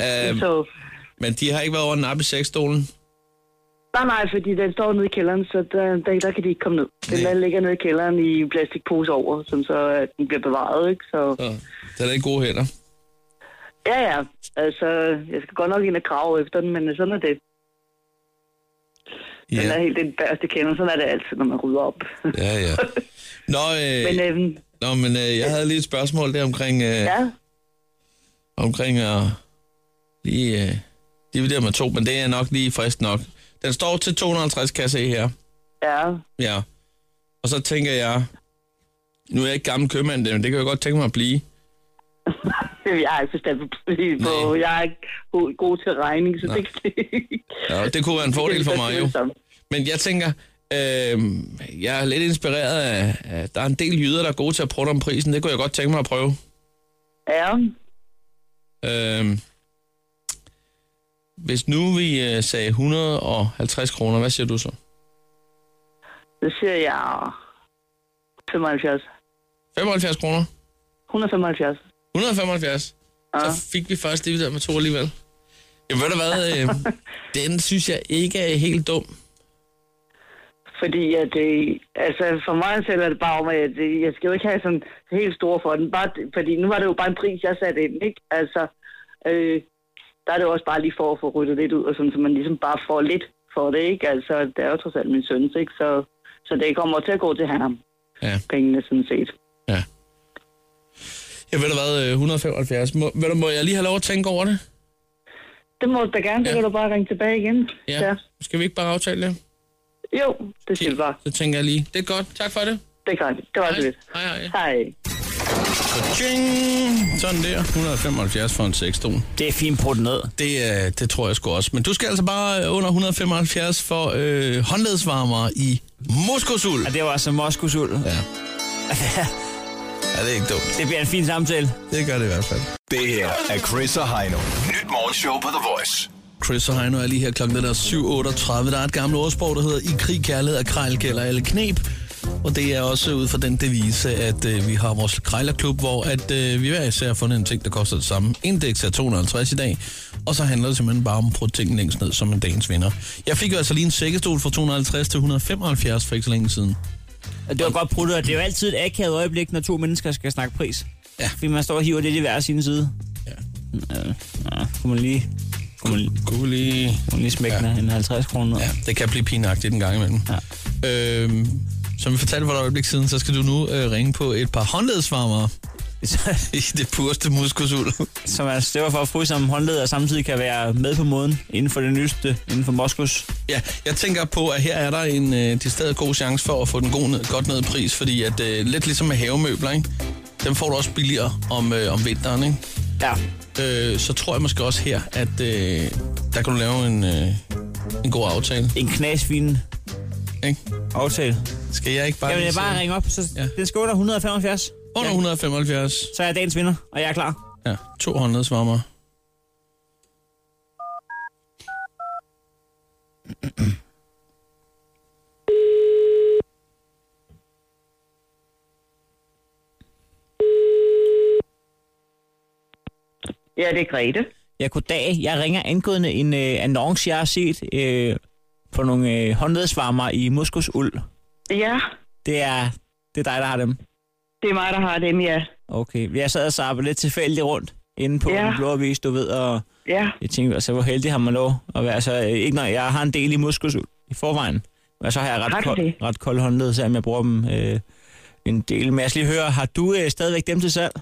C: Øhm,
H: Så,
C: men de har ikke været over den nappe sexstolen.
H: nej, nej, fordi den står nede i kælderen, så der, der, der kan de ikke komme ned. Den
C: Nej.
H: der ligger nede i kælderen i en plastikpose over, som så øh, den bliver bevaret, ikke? Så,
C: Så den er i gode hænder.
H: ja, ja, altså, jeg skal godt nok ind og grave efter den, men sådan er det. Den er
C: Ja,
H: helt den værste kender, sådan er det altid, når man rydder op.
C: ja, ja. Nå, øh,
H: men øhm,
C: nå, men øh, jeg havde lige et spørgsmål der omkring, øh,
H: ja,
C: omkring at lige øh, dividere med to, men det er nok lige frisk nok. Den står til 250, kan jeg se her.
H: ja,
C: Ja. Og så tænker jeg, nu er jeg ikke gammel købmand, men det kan jeg godt tænke mig at blive.
H: jeg har ikke forstand på, på
C: Nej.
H: jeg er ikke god, god til regning, så
C: Nej.
H: det,
C: Ja, det kunne være en fordel for mig jo. Men jeg tænker, øh, jeg er lidt inspireret af, af, der er en del jyder, der er gode til at prøve om prisen. Det kunne jeg godt tænke mig at prøve.
H: Ja,
C: Øh, hvis nu vi øh, sagde 150 kroner, hvad siger du så?
H: så siger jeg 75.
C: 75 kroner?
H: 175.
C: 175?
H: Ja.
C: Så fik vi først det der med to alligevel. Jamen ved du hvad, øh, den synes jeg ikke er helt dum.
H: Fordi at det, altså for mig selv er det bare om, at jeg, det- jeg skal jo ikke have sådan helt stor for den. Bare, det- fordi nu var det jo bare en pris, jeg satte ind, ikke? Altså, øh, der er det jo også bare lige for at få ryddet lidt ud, og sådan, så man ligesom bare får lidt for det, ikke? Altså, det er jo trods alt min søns, ikke? Så, så det kommer til at gå til ham,
C: Ja.
H: pengene sådan set.
C: Ja. Jeg ved da hvad, øh, 175. Må, ved du, må jeg lige have lov at tænke over det?
H: Det må du da gerne, så
C: Ja.
H: kan du bare ringe tilbage igen.
C: Ja. Skal vi ikke bare aftale det?
H: Jo, det siger du bare.
C: Så tænker jeg lige. Det er godt. Tak for det.
H: Det kan det. Det var så
C: Hej,
H: lidt.
C: hej. hej.
H: Hej.
C: Tjing! Sådan der. 175 for en sexstol.
D: Det er fint brugt ned.
C: Det, øh, det tror jeg sgu også. Men du skal altså bare øh, under 175 for øh, håndledsvarmere i Moskosul.
D: Og det var altså Moskosul. Ja.
C: Ja, det er ikke dumt.
D: det bliver en fin samtale.
C: Det gør det i hvert fald.
E: Det her er Chris og Heino. Nyt morgenshow på The Voice.
C: Chris og Heino er lige her klokken den er 7.38. Der er et gammelt ordsprog, der hedder I krig, kærlighed og krejl gælder alle knep. Og det er også ud fra den devise, at øh, vi har vores krejlerklub, hvor at, øh, vi hver især har fundet en ting, der koster det samme. Indeks er 250 i dag, og så handler det simpelthen bare om at prøve tingene længst ned som en dagens vinder. Jeg fik jo altså lige en sækkestol fra 250 til 175 for ikke så længe siden.
D: Og det var godt brudt, og det er jo altid et akavet øjeblik, når to mennesker skal snakke pris.
C: Ja.
D: Fordi man står og hiver lidt i hver sin side.
C: Ja.
D: Ja, ja kunne man lige, kunne man,
C: Kunne lige...
D: kunne man lige smække
C: Ja.
D: ja. en 50 kroner.
C: Ja, det kan blive pinagtigt en gang imellem. Ja. Øhm, som vi fortalte for et øjeblik siden, så skal du nu øh, ringe på et par håndledsvarmere. I det pureste muskosul.
D: Som er støver for at fryse som håndled, og samtidig kan være med på måden inden for det nyeste, inden for Moskos.
C: ja, jeg tænker på, at her er der en øh, til stedet god chance for at få den god ned, godt ned i pris, fordi at øh, lidt ligesom med havemøbler, ikke? Dem får du også billigere om, øh, om vinteren, ikke?
D: Ja.
C: Øh, så tror jeg måske også her, at øh, der kan du lave en, øh, en god aftale,
D: En knasvin
C: ikke?
D: aftale.
C: Skal jeg ikke bare...
D: Jamen,
C: lige
D: jeg bare
C: sige-
D: ringe op, så
C: Ja.
D: ja. den skal under 175.
C: Under
D: Ja.
C: 175.
D: Så er jeg dagens vinder, og jeg er klar.
C: Ja, to håndledsvarmer.
H: Ja, det er Grete.
D: Ja, goddag. Jeg ringer angående en øh, annonce, jeg har set øh, på nogle øh, håndledsvarmer i Muskos Uld.
H: Ja,
D: Det er, det er dig, der har dem.
H: det er mig, der har dem, ja.
D: Okay, jeg sad og sappede lidt tilfældigt rundt inde på
H: Ja.
D: ja. den blå avis, du ved, og
H: Ja,
D: jeg tænkte, altså, hvor heldig har man lov at være. Så, øh, ikke når jeg har en del i Muskos Uld i forvejen, men så har jeg
H: Har
D: ret,
H: du
D: kold,
H: det?
D: ret kold håndled, selvom jeg bruger dem øh, en del. Men jeg skal lige høre, har du øh, stadigvæk dem til salg?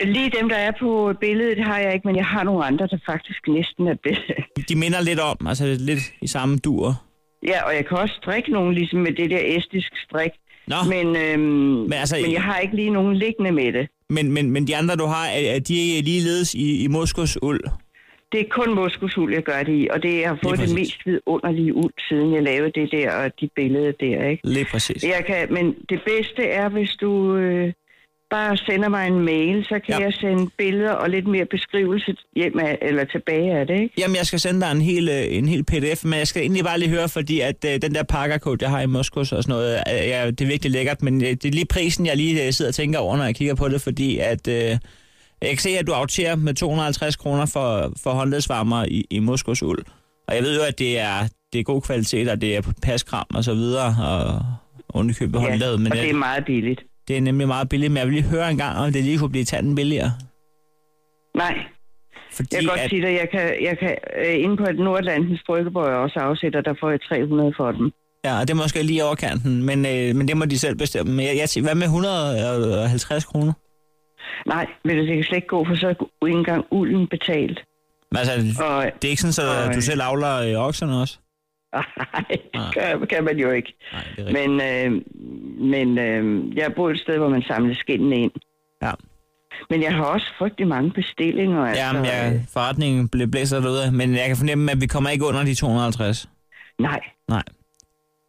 H: lige dem, der er på billedet, har jeg ikke, men jeg har nogle andre, der faktisk næsten er bedre.
D: De minder lidt om, altså lidt i samme dur.
H: Ja, og jeg kan også strikke nogle, ligesom med det der æstisk strik.
D: Nå, men,
H: Men, øhm, men,
D: altså-
H: altså, men jeg har ikke lige nogen liggende med det.
D: men, men, men de andre, du har, er, er de ligeledes i, i Muskos Uld?
H: Det er kun moskusul, jeg gør det i, og det jeg har fået
D: Lige
H: det
D: præcis.
H: mest vidunderlige ud, siden jeg lavede det der og de billeder der, ikke?
D: Lige præcis.
H: Jeg kan, men det bedste er, hvis du øh,
G: bare sender mig en mail, så kan
D: Ja.
G: ja. jeg sende billeder og lidt mere beskrivelse hjem af, eller tilbage af det, ikke?
D: Jamen, jeg skal sende dig en hel, øh, en hel pdf, men jeg skal egentlig bare lige høre, fordi at øh, den der pakkerkode, jeg har i Moskva og sådan noget, øh, ja, det er virkelig lækkert, men øh, det er lige prisen, jeg lige øh, sidder og tænker over, når jeg kigger på det, fordi at... Øh, jeg kan se, at du aftager med 250 kroner for, for håndledsvarmer i, i Moskos uld. Og jeg ved jo, at det er, det er god kvalitet, og det er paskram og så videre, og underkøbet ja, håndlaget, men
G: og det er
D: det...
G: meget billigt.
D: det er nemlig meget billigt. Men jeg vil lige høre en gang, om det lige kunne blive tanden billigere.
G: Nej,
D: Fordi
G: Jeg kan
D: at,
G: godt sige dig, jeg kan, jeg kan øh, inde på et Nordlandens brygge, hvor jeg også afsætter, der får jeg 300 for dem.
D: Ja, og det er måske lige over kanten, men, øh, men det må de selv bestemme. Men jeg, jeg siger, hvad med 150 kroner?
G: Nej, vil du, det kan slet ikke gå, for så er ikke engang ulden betalt.
D: Men Altså,
G: Og
D: det er ikke sådan, så
G: Ej.
D: du selv avler øh, okserne også?
G: nej,
D: Nej.
G: det kan, kan man jo ikke.
D: Nej, det er rigtigt.
G: Men, øh, men øh, jeg bor et sted, hvor man samler skindene ind.
D: Ja.
G: Men jeg har også frygtelig mange bestillinger.
D: Men,
G: Altså,
D: Jamen,
G: øh,
D: jeg, forretningen bl- blæser derude, men jeg kan fornemme, at vi kommer ikke under de 250.
G: Nej,
D: Nej.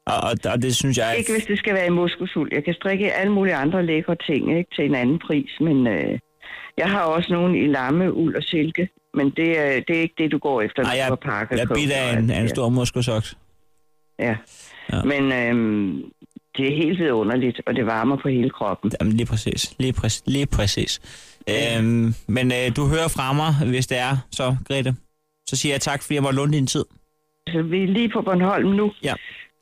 D: Og, og, og det synes jeg...
G: ikke hvis det skal være i muskelsul. Jeg kan strikke alle mulige andre lækre ting ikke, til en anden pris, men øh, jeg har også nogle i lamme, uld og silke. Men det, er, det er ikke det, du går efter, når
D: Ej,
G: du
D: jeg,
G: har pakket
D: jeg
G: på,
D: bidt af
G: og
D: en,
G: alt
D: af
G: det
D: en
G: der.
D: stor muskelsoks.
G: Ja.
D: Ja.
G: ja. Men øhm, det er helt vidunderligt, og det varmer på hele kroppen.
D: Jamen, lige præcis. Lige, præcis. lige præcis. Øhm, men øh, du hører fra mig, hvis det er, så Grete. Så siger jeg tak, fordi jeg måtte låne din tid.
G: Så Altså, vi er lige på Bornholm nu,
D: Ja.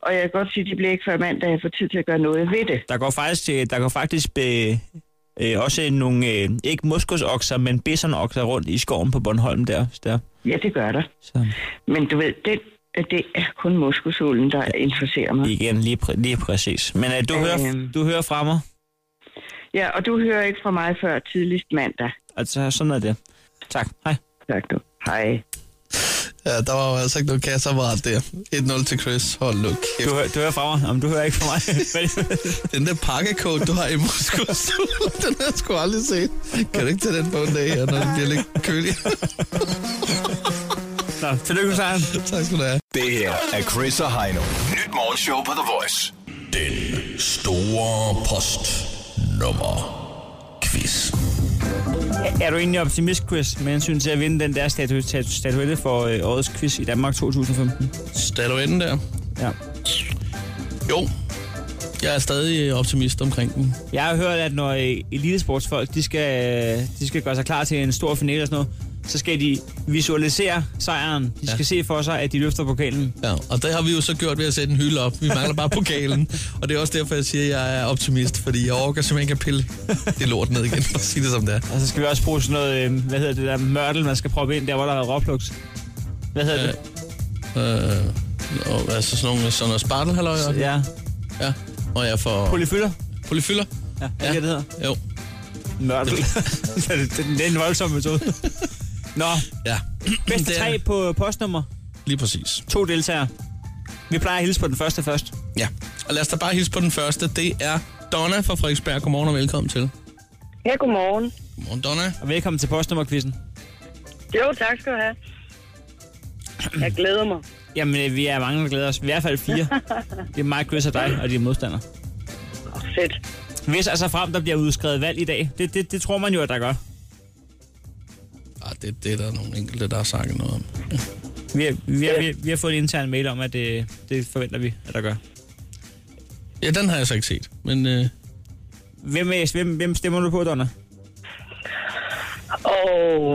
G: og jeg kan godt sige, at det bliver ikke før mandag, jeg får tid til at gøre noget ved det.
D: Der går faktisk, øh, der går faktisk øh, øh, også nogle, øh, ikke muskosokser, men bisonokser rundt i skoven på Bornholm der. der.
G: Ja, det gør der.
D: Så
G: Men du ved, det, det er kun muskelsolen, der interesserer mig.
D: igen, lige, præ- lige præcis. Men øh, du, hører,
G: Øhm.
D: du hører fra mig,
G: Ja, og du hører ikke fra mig før tidligst mandag.
D: altså sådan er det. Tak, hej.
G: Tak du. Hej.
C: Ja, der var jo altså ikke noget kasseapparat der. 1-0 til Chris. Hold nu kæft.
D: Du, hører, du hører fra mig, om du hører ikke fra mig.
C: Den der pakkekode, du har i muskos, den har jeg sgu aldrig set. Kan du ikke tage den på en dag her, når det bliver lidt kølig?
D: Nå, tillykke med sejren.
C: tak skal du have.
F: Det her er Chris og Heino. Nyt morgenshow på The Voice.
C: Den store post nummer quiz.
D: Er du egentlig optimist, Chris, med hensyn til at vinde den der statu- statu- statuette for øh, årets quiz i Danmark 2015?
C: Statuetten der.
D: Ja.
C: Jo, jeg er stadig optimist omkring den.
D: Jeg har hørt, at når øh, elitesportsfolk de skal, øh, de skal gøre sig klar til en stor finale og sådan noget, så skal de visualisere sejren. De skal se for sig, at de løfter pokalen.
C: Ja, og det har vi jo så gjort ved at sætte en hylde op. Vi mangler bare pokalen. Og det er også derfor, jeg siger, at jeg er optimist, fordi jeg overgår simpelthen ikke at pille det lort ned igen, for at sige det som det er.
D: Og så skal vi også bruge sådan noget, øh, hvad hedder det der, mørtel, man skal proppe ind der, hvor der er råflugt. Hvad hedder det?
C: Øh, og, altså sådan nogle, sådan nogle spartelhaløjer. Ja.
D: Ja,
C: ja. Og jeg får...
D: polyfylder.
C: Polyfylder?
D: Ja, er det ikke, det hedder?
C: Jo.
D: Mørtel. det, det, er en voldsom metode. Nå,
C: Ja.
D: bedste
C: Det er
D: tre
C: det.
D: på postnummer.
C: Lige præcis.
D: To deltagere. Vi plejer at hilse på den første først.
C: Ja. Og lad os da bare hilse på den første. Det er Donna fra Frederiksberg. Godmorgen og velkommen til.
I: Ja, godmorgen.
C: Godmorgen, Donna.
D: Og velkommen til postnummerquizzen.
I: Jo, tak skal du have. Jeg glæder mig.
D: Jamen, øh, vi er mange, der glæder os. I hvert fald fire. Det er mig, Chris og dig og dine modstandere.
I: Åh, Fedt.
D: Hvis altså frem, der bliver udskrevet valg i dag, det, det, det tror man jo, at der gør.
C: Ah, det, det er der nogle enkelte, der har sagt noget om.
D: Vi har, vi har, vi har, vi har fået en intern mail om, at det, det forventer vi, at der gør.
C: Ja, den har jeg så ikke set. Men øh,
D: Hvem, er- hvem, hvem stemmer du på, Donna?
I: Og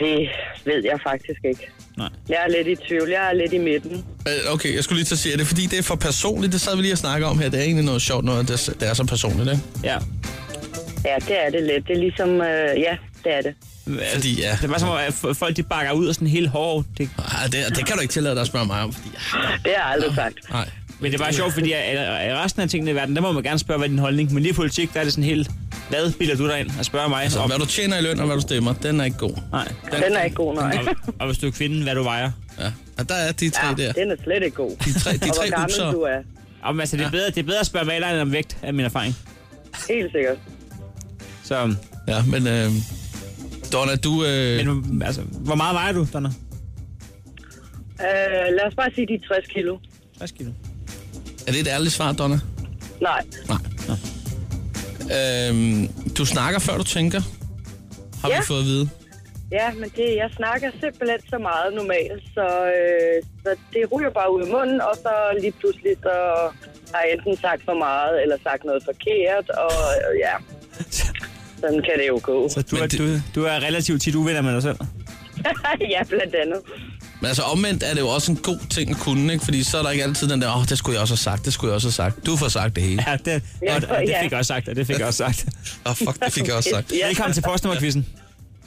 I: det ved jeg faktisk ikke.
D: Nej.
I: Jeg er lidt i tvivl. Jeg er lidt i midten.
C: øh, okay, jeg skulle lige til at sige, er det fordi, det er for personligt? Det sad vi lige og snakkede om her. Det er egentlig noget sjovt, når det, det er så personligt, ikke?
D: Ja.
I: Ja, det er det lidt. Det er ligesom... Øh, ja, det er det.
C: Fordi, ja.
D: Det var som om, at f- folk de bakker ud og sådan helt hårdt. Det,
C: Ah, det, det kan du ikke tillade dig at spørge mig om, fordi... Ah,
I: Det har jeg aldrig sagt.
C: Nej.
D: men det var sjovt, fordi at, at resten af tingene i verden, der må man gerne spørge, hvad er din holdning. Men lige i politik, der er det sådan helt, hvad bilder du dig ind og spørger mig?
C: Så
D: om?
C: Altså, hvad du tjener i løn og hvad du stemmer, den er ikke god.
D: Nej.
I: Den er ikke god, nej.
D: Og, og hvis du er kvinde, hvad du vejer?
C: Ja. Og der er de tre
I: Ja,
C: der.
I: den er slet ikke god.
C: De tre, de
I: Og
C: tre
I: hvor gammel
C: upser.
I: du er.
D: Og, men altså, det, er bedre, det er bedre at spørge maleren om vægt, af min erfaring.
I: Helt sikkert.
D: Så,
C: Ja, men øh, Donna, du... Øh,
D: men, altså, hvor meget vejer du, Donna?
I: Øh, lad os bare sige, de er 60 kilo.
D: 60 kilo.
C: er det et ærligt svar, Donna?
I: Nej,
C: Nej. Øhm, du snakker, før du tænker, har
I: Ja.
C: vi fået at vide.
I: Ja, men det, jeg snakker simpelthen så meget normalt, så, øh, så det ryger bare ud i munden, og så lige pludselig så har jeg enten sagt for meget, eller sagt noget forkert, og øh, ja, sådan kan det jo gå.
D: Så du,
C: Men
D: er,
C: det-
D: du, du er relativt tit uvenner med dig selv.
I: ja, blandt andet.
C: Men altså omvendt er det jo også en god ting at kunne, ikke? Fordi så er der ikke altid den der, åh, oh, det skulle jeg også have sagt, det skulle jeg også have sagt. Du får sagt det hele.
D: Ja, det,
I: Ja,
D: og, og det
I: ja.
D: fik jeg også sagt, og det fik jeg også sagt.
C: Åh, oh, fuck, det fik jeg også sagt.
I: Ja,
D: Velkommen til postnummerquizzen.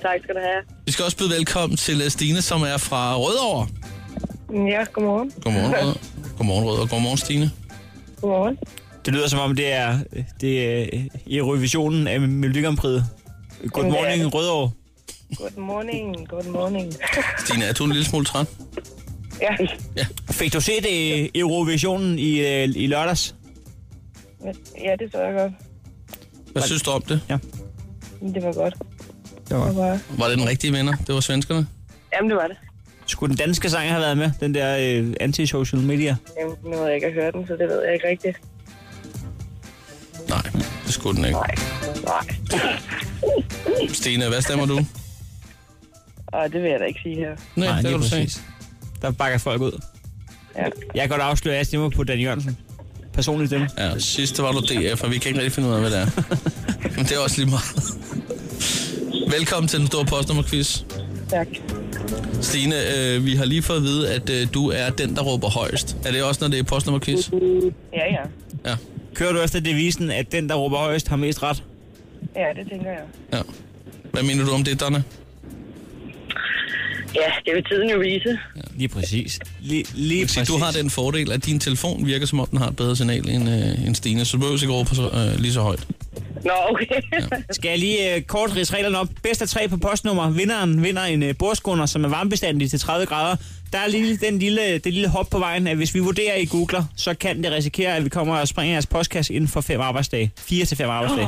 I: tak skal du have.
C: Vi skal også byde velkommen til øh, Stine, som er fra Rødovre.
I: Ja, godmorgen.
C: Godmorgen, Rødovre. Godmorgen, Rødovre. Godmorgen, Stine.
I: Godmorgen.
D: Det lyder som om, det er, det er i revisionen af Melodi Grand Prix. Good morning, Rødovre.
I: Good morning, good morning.
C: Stine, er du en lille smule træt?
I: ja,
D: Fik du set øh, Eurovisionen i, øh, i lørdags?
I: ja, det så jeg godt.
C: Hvad synes du om det?
I: Det var godt.
D: Det var.
I: var...
C: Var det den rigtige vinder? Det var svenskerne.
I: Jamen, det var det.
D: Skulle den danske sang have været med? Den der øh, anti-social media?
I: Jamen, nu har jeg ikke hørt den, så det ved jeg ikke rigtigt.
C: Nej, det skulle den ikke.
I: Nej, nej.
C: Stine, hvad stemmer du?
I: Og det vil jeg da ikke sige her.
C: Nej, det kan
D: lige
C: du se.
D: præcis. Der bakker folk ud.
I: Ja.
D: Jeg kan godt afsløre, at jeg stemmer på Dan Jørgensen. Personligt stemme.
C: Ja, sidste var du DF, og vi kan ikke rigtig finde ud af, hvad det er. Men det er også lige meget. Velkommen til den store postnummerquiz.
I: Tak.
C: Stine, øh, vi har lige fået at vide, at øh, du er den, der råber højst. Er det også, når det er postnummerquiz?
I: Ja, ja.
C: Ja.
D: Kører du også den devisen, at den, der råber højst, har mest ret?
I: Ja, det tænker jeg.
C: ja. Hvad mener du om det, Donna?
I: Ja, det vil tiden jo vise.
D: Lige præcis. Lige, lige
C: Sige,
D: præcis.
C: du har den fordel, at din telefon virker, som om den har et bedre signal end, øh, end Stine, så du behøver ikke råbe så- øh, lige så højt.
I: Nå, okay.
D: Skal jeg lige øh, kort ridse reglerne op? Bedst af tre på postnummer. Vinderen vinder en øh, bordskunder, som er varmebestandig til 30 grader. Der er lige den lille, det lille hop på vejen, at hvis vi vurderer, at I googler, så kan det risikere, at vi kommer og springer jeres postkasse inden for fem arbejdsdage. 4 til fem arbejdsdage.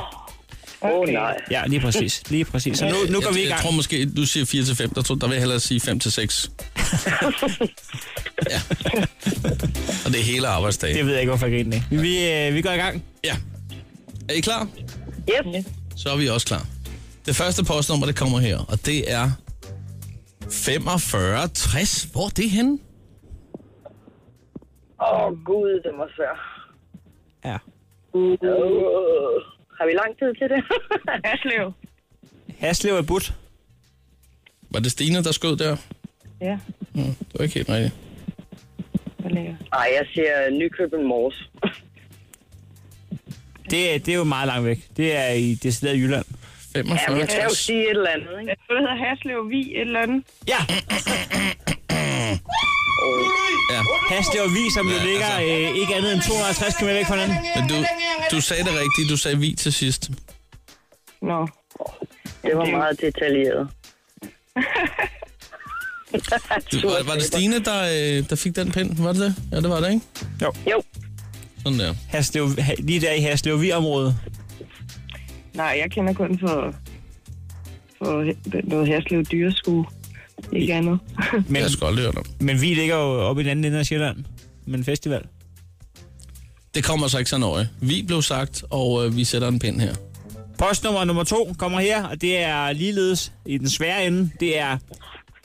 I: Åh, oh, nej.
D: Ja, lige præcis. Lige præcis. Så nu, nu går
C: jeg,
D: vi i
C: Jeg
D: gang.
C: tror måske, du siger 4 til 5, der, tror, der vil jeg hellere sige 5 til 6. ja. Og det er hele arbejdsdagen.
D: Det ved jeg ikke, hvorfor jeg griner. af. Vi, øh, vi går i gang.
C: Ja. Er I klar?
I: Yes.
C: Så er vi også klar. Det første postnummer, det kommer her, og det er 4560. Hvor er det henne?
I: Åh, oh, gud, det var svært.
D: Ja.
I: Oh, har vi lang tid til det? Aslev.
D: Haslev er budt.
C: Var det Stine, der skød der?
I: Ja.
C: Mm, det var ikke helt rigtigt.
I: Nej, jeg siger Nykøbing Mors.
D: Det, er- det er jo meget langt væk. Det er i det sted Jylland.
I: Jamen, jeg kan jo
C: 4560.
I: sige et eller andet, ikke?
J: Det hedder Haslev Vi et eller andet.
D: Ja,
C: Ja.
D: Haslev og Vi, som jo
C: Ja,
D: ligger
C: altså.
D: øh, ikke andet end 250 km væk fra hinanden.
C: Men du, du sagde det rigtigt. Du sagde vi til sidst.
J: Nå.
I: Det var meget detaljeret.
C: Du, var, var det Stine, der, øh, der fik den pind? Var det det? Ja, det var det, ikke?
D: Jo.
I: Jo.
C: Sådan der.
D: Haslev, ha- lige der i Haslev Vi-området.
J: Nej, jeg kender kun for, for he- noget Haslev dyreskue. Ikke andet.
C: Men...
D: Men,
C: Jeg skal aldrig høre om.
D: men vi ligger jo oppe i den anden ende af Sjælland. Men festival.
C: Det kommer så ikke så nøje. Vi blev sagt, og øh, vi sætter en pind her.
D: Postnummer nummer to kommer her, og det er ligeledes i den svære ende. Det er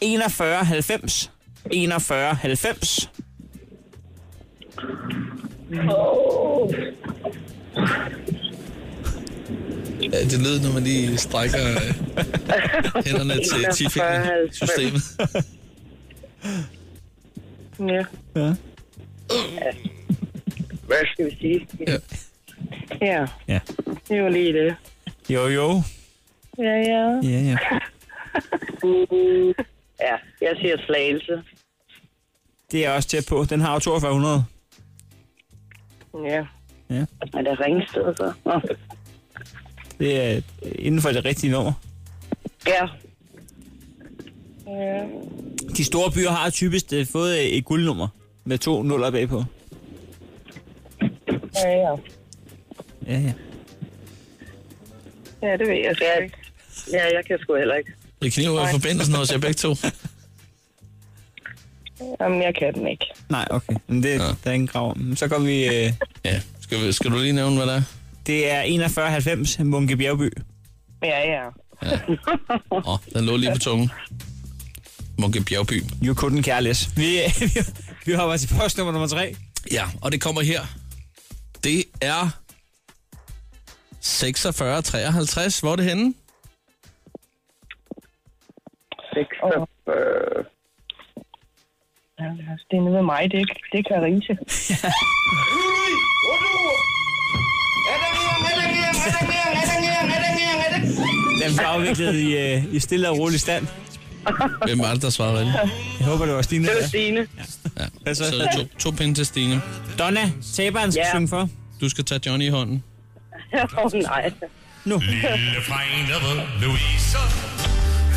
D: 4190. 4190.
C: Ja, det lød, når man lige strækker øh, hænderne til tifingersystemet.
I: Ja.
D: Ja.
I: Hvad skal vi sige?
C: Ja.
I: Ja.
D: Ja.
I: Det var lige det.
D: Jo, jo.
I: Ja, ja.
D: Ja, ja.
I: Ja, jeg siger slagelse.
D: Det er også tæt på. Den har jo 4200.
I: Ja.
D: Ja.
I: Er det Ringsted så? Nå.
D: Det er øh, inden for det rigtige nummer.
I: Ja.
D: De store byer har typisk øh, fået øh, et guldnummer med to nuller bagpå.
I: Ja, ja.
D: Ja, ja.
J: Ja, det ved jeg sgu
I: Ja,
J: ikke.
I: ja jeg kan sgu heller ikke.
C: Det kniver i forbindelsen hos jer begge to.
J: Jamen, jeg kan den ikke.
D: Nej, okay. Men det
C: Ja.
D: ja. der er ingen krav om. Men Så går vi... Øh,
C: Ja. Skal, vi, skal du lige nævne, hvad der er?
D: det Det er 4190 Munke Bjergby.
I: Ja, ja.
C: Åh, oh, den lå lige på tungen. Munke Bjergby.
D: You couldn't care less. Vi, vi, vi hopper til postnummer nummer 3.
C: Ja, og det kommer her. Det er 4653. Hvor er det henne?
I: 46. Ja, det er nede med mig, det er, det er Carise.
D: Den blev afviklet i, øh, i stille og rolig stand.
C: Hvem var det, der svarede rigtigt?
D: Jeg håber, det var Stine.
K: Det
D: der.
K: er Stine.
D: Hvad så?
C: Så to, to pinde til Stine.
D: Donna, taberen skal
L: Ja.
D: synge for.
C: Du skal tage Johnny i hånden.
L: Åh oh, nej.
M: Lille fregne ved Louise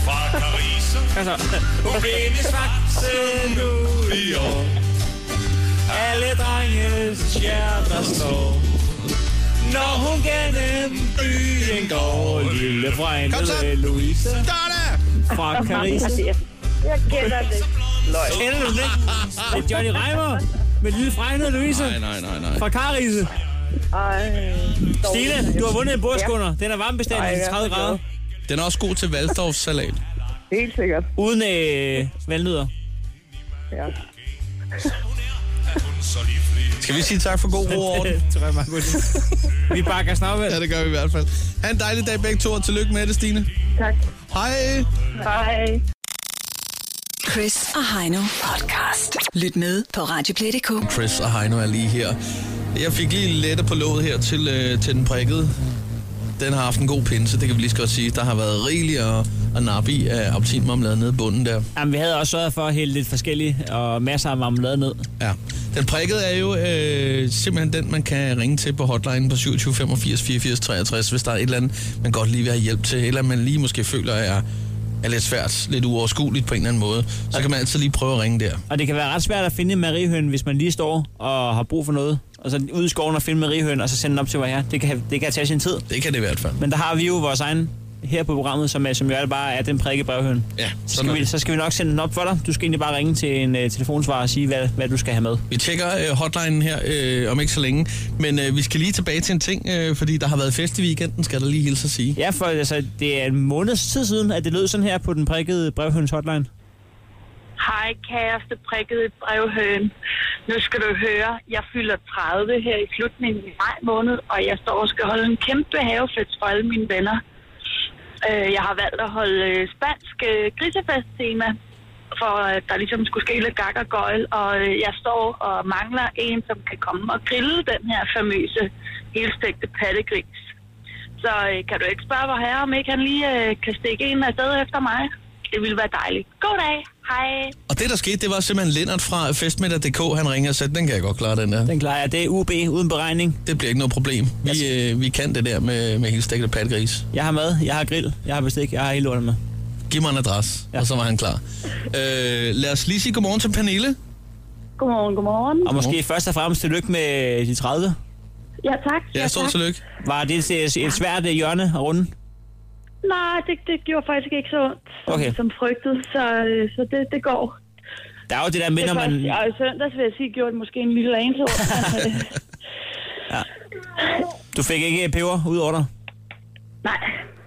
M: fra Paris.
D: Kom så.
C: Altså.
M: Hun blev en svakse nu i år.
D: Alle drenges hjerter står, når hun gennem byen går. Lille fregne
C: Kom så.
D: ved Louise
C: Donna!
D: fra Caris.
L: Jeg gætter det.
D: Kender du det? Det er Johnny Reimer med lille fregne Louise
C: Nej, nej, nej, nej.
D: fra Carise.
L: Ej.
D: Stine, du har vundet en bordskunder. Den er varmebestændig til 30 grader.
C: Den er også god til Waldorfs salat.
I: Helt sikkert.
D: Uden øh, valnødder.
I: Ja.
C: Skal vi sige tak for god ro og orden?
D: Det tror jeg meget godt. Vi bakker snart med.
C: Ja, det gør vi i hvert fald. Ha' en dejlig dag begge to, og tillykke med det, Stine.
I: Tak.
C: Hej!
I: Hej.
B: Chris og Heino podcast. Lyt med på Radioplay.dk.
C: Chris og Heino er lige her. Jeg fik lige lettet på låget her til, øh, til den prikkede. Den har haft en god pinse, det kan vi lige så godt sige. Der har været rigeligt at, at nappe i af appelsinmarmelade nede i bunden der.
D: Jamen, vi havde også sørget for at hælde lidt forskellige og masser af marmelade ned.
C: Ja. Den prikkede er jo øh, simpelthen den, man kan ringe til på hotline på 27 85 84 63, hvis der er et eller andet, man godt lige vil have hjælp til, eller man lige måske føler er, er lidt svært, lidt uoverskueligt på en eller anden måde. Så kan man altid lige prøve at ringe der.
D: Og det kan være ret svært at finde en mariehøn, hvis man lige står og har brug for noget. Og så ud i skoven og finde mariehøn, og så sende den op til mig her. Det kan, det kan tage sin tid.
C: Det kan det i hvert fald.
D: Men der har vi jo vores egen her på programmet, som, er- som jo er bare er den prikke brevhøn.
C: Ja,
D: Så
C: sådan
D: skal,
C: er
D: vi,
C: det.
D: så skal vi nok sende den op for dig. Du skal egentlig bare ringe til en uh, telefonsvarer og sige, hvad, hvad du skal have med.
C: Vi tjekker øh, hotlinen her øh, om ikke så længe, men øh, vi skal lige tilbage til en ting, øh, fordi der har været fest i weekenden, skal der lige hilse at sige.
D: Ja, for altså, det er en måneds tid siden, at det lød sådan her på den prikkede brevhøns hotline.
L: Hej, kæreste prikkede brevhøn. Nu skal du høre, jeg fylder 30 her i slutningen af maj måned, og jeg står og skal holde en kæmpe havefest for alle mine venner. Øh, Jeg har valgt at holde øh, spansk øh, grisefest-tema, for at der ligesom skulle ske lidt gak og gøjl, og øh, jeg står og mangler en, som kan komme og grille den her famøse helstægte pattegris. Så øh, kan du ikke spørge vor herre, om ikke han lige øh, kan stikke en afsted efter mig? Det ville være dejligt. God dag. Hej.
C: Og det, der skete, det var simpelthen Lennart fra festmiddag.dk, han ringer og sagde, den kan jeg godt klare, den der.
D: Den klarer jeg. Det er UB uden beregning. Altså-
C: Det bliver ikke noget problem. Vi, øh, vi kan det der med, med hele stikket patgris.
D: Jeg har mad, jeg har grill, jeg har bestik, jeg har hele lortet med.
C: Giv mig en adresse, ja. og så var han klar. Øh, lad os lige sige godmorgen til Pernille.
L: Godmorgen, godmorgen.
D: Og måske først og fremmest tillykke med de 30.
L: Ja, tak.
C: Ja, stor tillykke.
D: Var det et, et svært øh, hjørne at runde?
L: Nej, det, det gjorde faktisk ikke så ondt, som,
D: Okay.
L: som frygtet, så, øh, så det, det går.
D: Der er jo det der med,
L: Det
D: når man...
L: faktisk, og i søndags vil jeg sige, gjorde det måske en lille anelse ondt, men, øh,
D: Du fik ikke øh, peber ud over dig.
L: Nej,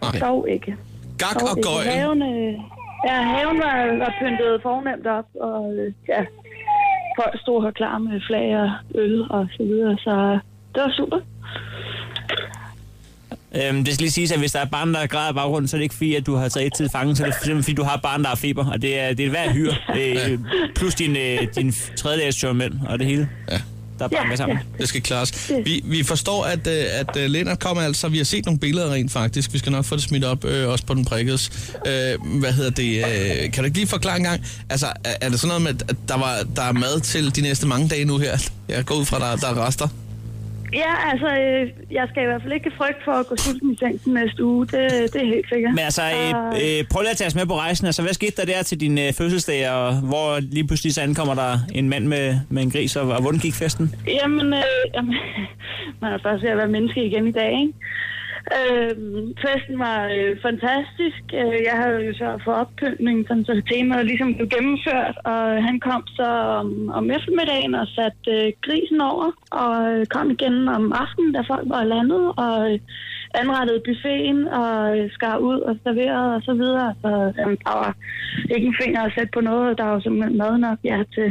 C: Nej.
L: dog ikke.
C: Gak
L: Dog
C: og
L: ikke.
C: gøjl.
L: Haven, øh, ja, haven var, var pyntet fornemt op, og øh, ja, folk stod her klar med flag og øl og så videre, så det var super.
D: Øhm, det skal lige siges, at hvis der er et barn, der græder i baggrunden, så er det ikke fordi, at du har taget et til fange, så er det simpelthen fordi, du har et barn, der har feber, og det er, det er hver hyre, øh, plus din, øh, din tredjedags tørmænd og det hele,
C: Ja.
D: der banker
L: Ja,
D: sammen.
L: ja.
C: Det skal klares. Vi, vi forstår, at, øh, at øh, Lennart kommer altså. Vi har set nogle billeder rent faktisk. Vi skal nok få det smidt op, øh, også på den prikkedes. Øh, hvad hedder det? Øh, kan du ikke lige forklare en gang? Altså, er, er det sådan noget med, at- at der, var, der er mad til de næste mange dage nu her? Jeg går ud fra, der, der er rester.
L: Ja, altså, øh, jeg skal i hvert fald ikke frygte for at gå sulten i seng den næste uge, det, det er helt sikkert.
D: Men altså,
L: Ah.
D: øh, øh, prøv lige at tage os med på rejsen. Altså, hvad skete der der til din øh, fødselsdag, og hvor lige pludselig så ankommer der en mand med, med en gris, og, og hvordan gik festen?
L: Jamen, øh, jamen, man er først ved at være menneske igen i dag, ikke? Øhm, festen var øh, fantastisk. Øh, Jeg havde jo sørget for opkøbningen, sådan, så temaet ligesom blev gennemført. Og han kom så om, om eftermiddagen og satte øh, grisen over, og øh, kom igen om aftenen, da folk var landet, og øh, anrettede buffeten og øh, skar ud og serverede og så videre. Så øh, der var ikke en finger at sætte på noget. Der var simpelthen mad nok ja, til,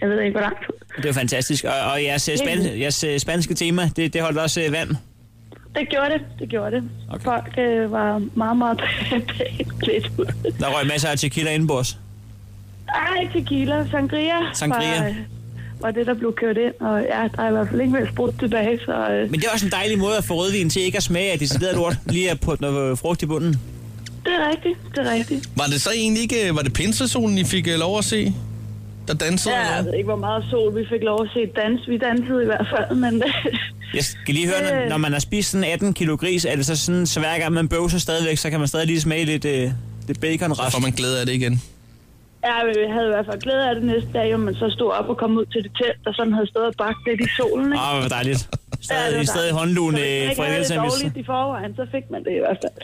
L: jeg ved ikke hvor lang tid.
D: Det er fantastisk. Og, og jeres, øh, span, jeres øh, spanske tema, det, det holdt også øh, vand.
L: Det gjorde det, det gjorde det. Okay. Folk øh, var meget, meget pænt klædt ud.
D: Der røg masser af tequila indenbords.
L: Ej, tequila, sangria.
D: Sangria.
L: Var, øh, var det, der blev kørt ind, og ja, der er i hvert fald ikke mere sprudt tilbage, så... Øh,
D: Men det er også en dejlig måde at få rødvin til ikke at smage af decideret lort, lige at putte noget øh, frugt i bunden.
L: det er rigtigt, det er rigtigt.
C: Var det så egentlig ikke, øh, var det pinsesolen, I fik øh, lov at se? Der dansede?
L: Ja, jeg ved ikke, hvor meget sol vi fik lov at se dans. Vi dansede i hvert fald, men
D: Jeg skal lige høre, når,
L: Øh.
D: når man har spist sådan 18 kilo gris, er det så sådan, så hver gang man bøvser stadigvæk, så kan man stadig lige smage lidt, øh, lidt baconrest. Så får
C: man glæde af det igen.
L: ja, vi havde i hvert fald glæde af det næste dag, og man så stod op og kom ud til det telt, og sådan havde stået og bagt lidt i solen, ikke?
D: Åh, Ah, hvor dejligt.
C: Ah,
L: Ja, det
D: Stadig,
L: var
D: ja, stadig
L: dejligt.
D: håndlune
L: Hvis
D: øh,
L: ikke
D: fra
L: havde det
D: Elsa.
L: dårligt i forvejen, så fik man det i hvert fald.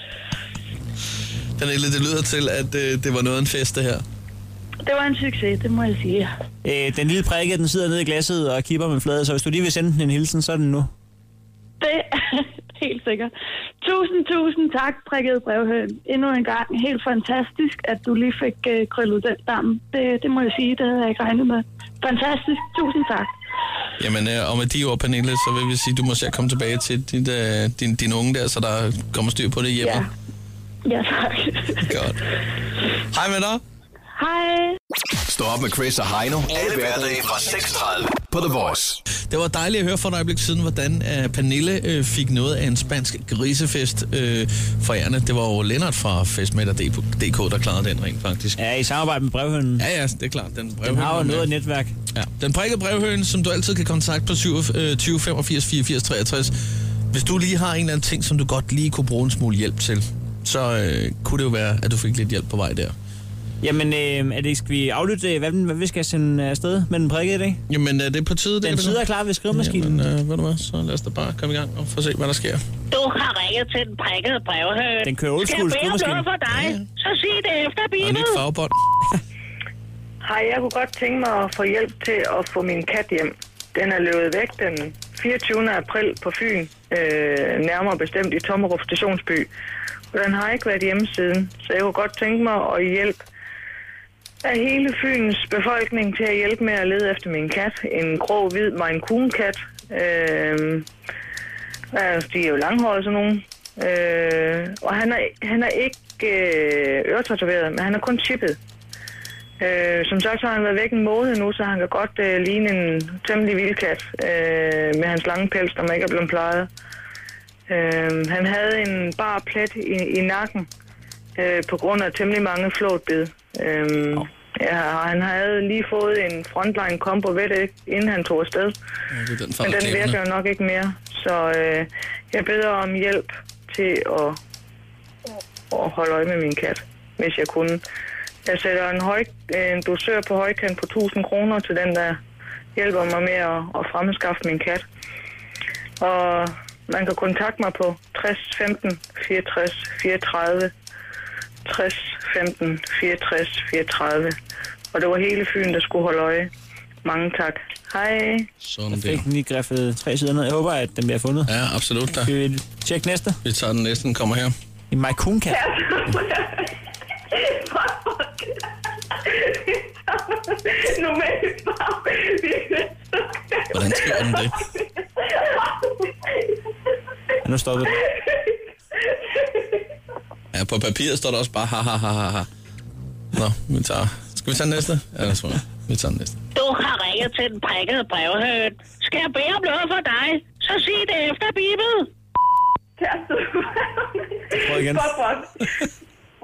C: Pernille, det lyder til, at øh, det var noget af en fest, det her.
L: Det var en succes, det må jeg sige.
D: Øh, den lille prikke, den sidder nede i glasset og kipper med flade, så hvis du lige vil sende den en hilsen, så er den nu.
L: Det er helt sikkert. Tusind, tusind tak, prikket brevhøen. Endnu en gang helt fantastisk, at du lige fik øh, krøllet den sammen. Det, det må jeg sige, det havde jeg ikke regnet med. Fantastisk, tusind tak.
C: Jamen, øh, og med de ord, Pernille, så vil vi sige, at du må se at komme tilbage til dit, øh, din, din unge der, så der kommer styr på det hjemme. Ja.
L: Ja, tak.
C: Godt. Hej med dig.
L: Hej.
E: Stå op med Chris og Heino. Alle hverdage fra 6.30 på The Voice.
C: Det var dejligt at høre for et øjeblik siden, hvordan uh, Pernille øh, fik noget af en spansk grisefest øh, for ærne. Det var jo Lennart fra festmætter.dk, der klarede den rent faktisk.
D: Ja, i samarbejde med brevhønen.
C: Ja, ja, det er klart. Den,
D: Den har jo
C: brevhønen,
D: noget
C: øh,
D: netværk.
C: Ja. Den prikkede brevhøen, som du altid kan kontakte på 7, øh, 20 85 84 63. Hvis du lige har en eller anden ting, som du godt lige kunne bruge en smule hjælp til, så øh, kunne det jo være, at du fik lidt hjælp på vej der.
D: Jamen, øh, er det, skal vi aflytte, øh, hvad, den- hvad vi skal sende afsted med den prikke i dag?
C: Jamen, er det på tide?
D: Den sidder klar ved skrivemaskinen.
C: Jamen, øh, ved du hvad, så lad os da bare komme i gang og få se, hvad der sker.
M: Du har ringet til den prikkede brevhøne.
C: Den kører old
M: Skal
C: school
M: jeg bede om
C: skrivemaskine.
M: noget for dig? Så sig det efter,
C: Og
M: Bibel.
C: nyt fagbånd.
J: Hej, jeg kunne godt tænke mig at få hjælp til at få min kat hjem. Den er løbet væk den 24. april på Fyn, øh, nærmere bestemt i Tommerup Stationsby. Og den har ikke været hjemme siden, så jeg kunne godt tænke mig at hjælpe af hele Fyns befolkning til at hjælpe med at lede efter min kat. En grå, hvid Maine Coon-kat. Øh, Ja, de er jo langhårede, sådan nogen. Øh, og han er, han er ikke øh, øretortoveret, men han er kun chippet. Øh, som sagt så har han været væk en måned nu, så han kan godt øh, ligne en temmelig vildkat øh, med hans lange pels, der ikke er blevet plejet. Øh, han havde en bar plet i, i nakken øh, på grund af temmelig mange flåtbid. Øh, ja, og han havde lige fået en frontline combo ved det, inden han tog afsted.
C: Ja, det er den fra
J: Men den
C: reklamerne.
J: virker jo nok ikke mere, så øh, jeg beder om hjælp til at, at holde øje med min kat, hvis jeg kunne. Jeg sætter en, høj, øh, en dosør på højkant på 1000 kroner til den, der hjælper mig med at, at fremskaffe min kat. Og man kan kontakte mig på 60 15 64 34 60 15 64 34. Og det var hele Fyn, der skulle holde øje. Mange tak. Hej.
C: Sådan
D: Jeg fik den lige griffet tre sider ned. Jeg håber, at den bliver fundet.
C: Ja, absolut da.
D: Skal vi tjekke næste?
C: Vi tager den næste, den kommer her.
D: En Mike Kuhnkat.
N: Normalt bare...
C: Hvordan skriver den det?
D: Ja, nu stopper den.
C: Ja, på papiret står der også bare ha ha ha ha ha. Nå, vi tager... Skal vi tage den næste? Ja, det tror jeg. Vi tager den næste.
M: Du har ringet til den prikkede brevhøne. Skal jeg bede om noget for dig? Så sig det efter, Bibel.
O: kæreste.
D: Prøv igen.
O: Fuck, fuck.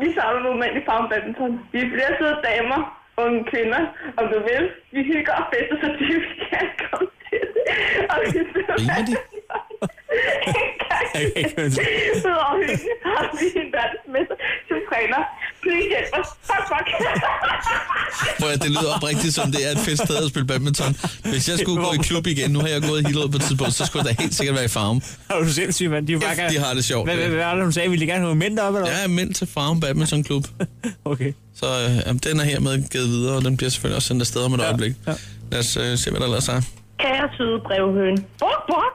O: Vi samler nogle mænd i Farm Badminton. Vi bliver så damer, unge kvinder, om du vil. Vi hygger og fester, så de vi kan komme til det. Og vi bliver
C: de?
O: Udover hyggen har vi en verdensmester, som træner please hjælp os. Fuck, fuck.
C: Prøv at, det lyder oprigtigt, som det er et fedt sted at spille badminton. Hvis jeg skulle gå i klub igen, nu har jeg gået i Hillerød på et tidspunkt, så skulle jeg da helt sikkert være i farm.
D: Er du sindssyg, mand? De, er bare
C: F, de har det sjovt.
D: Hvad, hvad, hvad var det, hun sagde? Ville de gerne have mænd op, eller
C: Ja, mænd til Farm Badminton Klub.
D: okay.
C: Så øh, jamen, den er hermed givet videre, og den bliver selvfølgelig også sendt afsted om et ja, øjeblik. Ja. Lad os øh, se, hvad der lader sig.
P: Kære søde brevhøn. Brok, brok.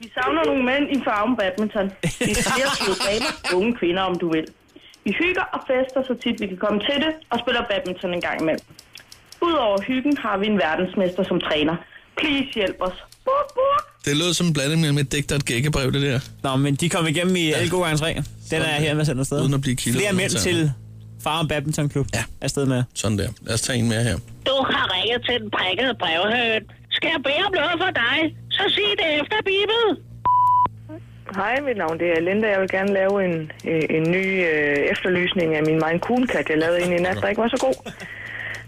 P: Vi savner nogle mænd i farven badminton. Vi flere søde damer, unge kvinder, om du vil. Vi hygger og fester så tit vi kan komme til det, og spiller badminton en gang imellem. Udover hyggen har vi en verdensmester som træner. Please hjælp os. Brok, brok.
C: Det lød som en blanding mellem et digt og et gækkebrev, det der.
D: Nå, men de kom igennem i ja. alle gode gange tre. Den er her med sendt afsted.
C: Uden at blive kildet
D: Flere
C: under
D: mænd
C: tæerne.
D: til Farm Badminton Klub ja. afsted med.
C: Sådan der. Lad os tage en mere her.
M: Du har ringet til den prikkede brevhøn. Skal jeg bede om noget for dig? Så sig det efter, Bibel.
J: Hej, mit navn det er Linda. Jeg vil gerne lave en, øh, en ny øh, efterlysning af min Maine Coon Cat. Jeg lavede en i nat, der ikke var så god.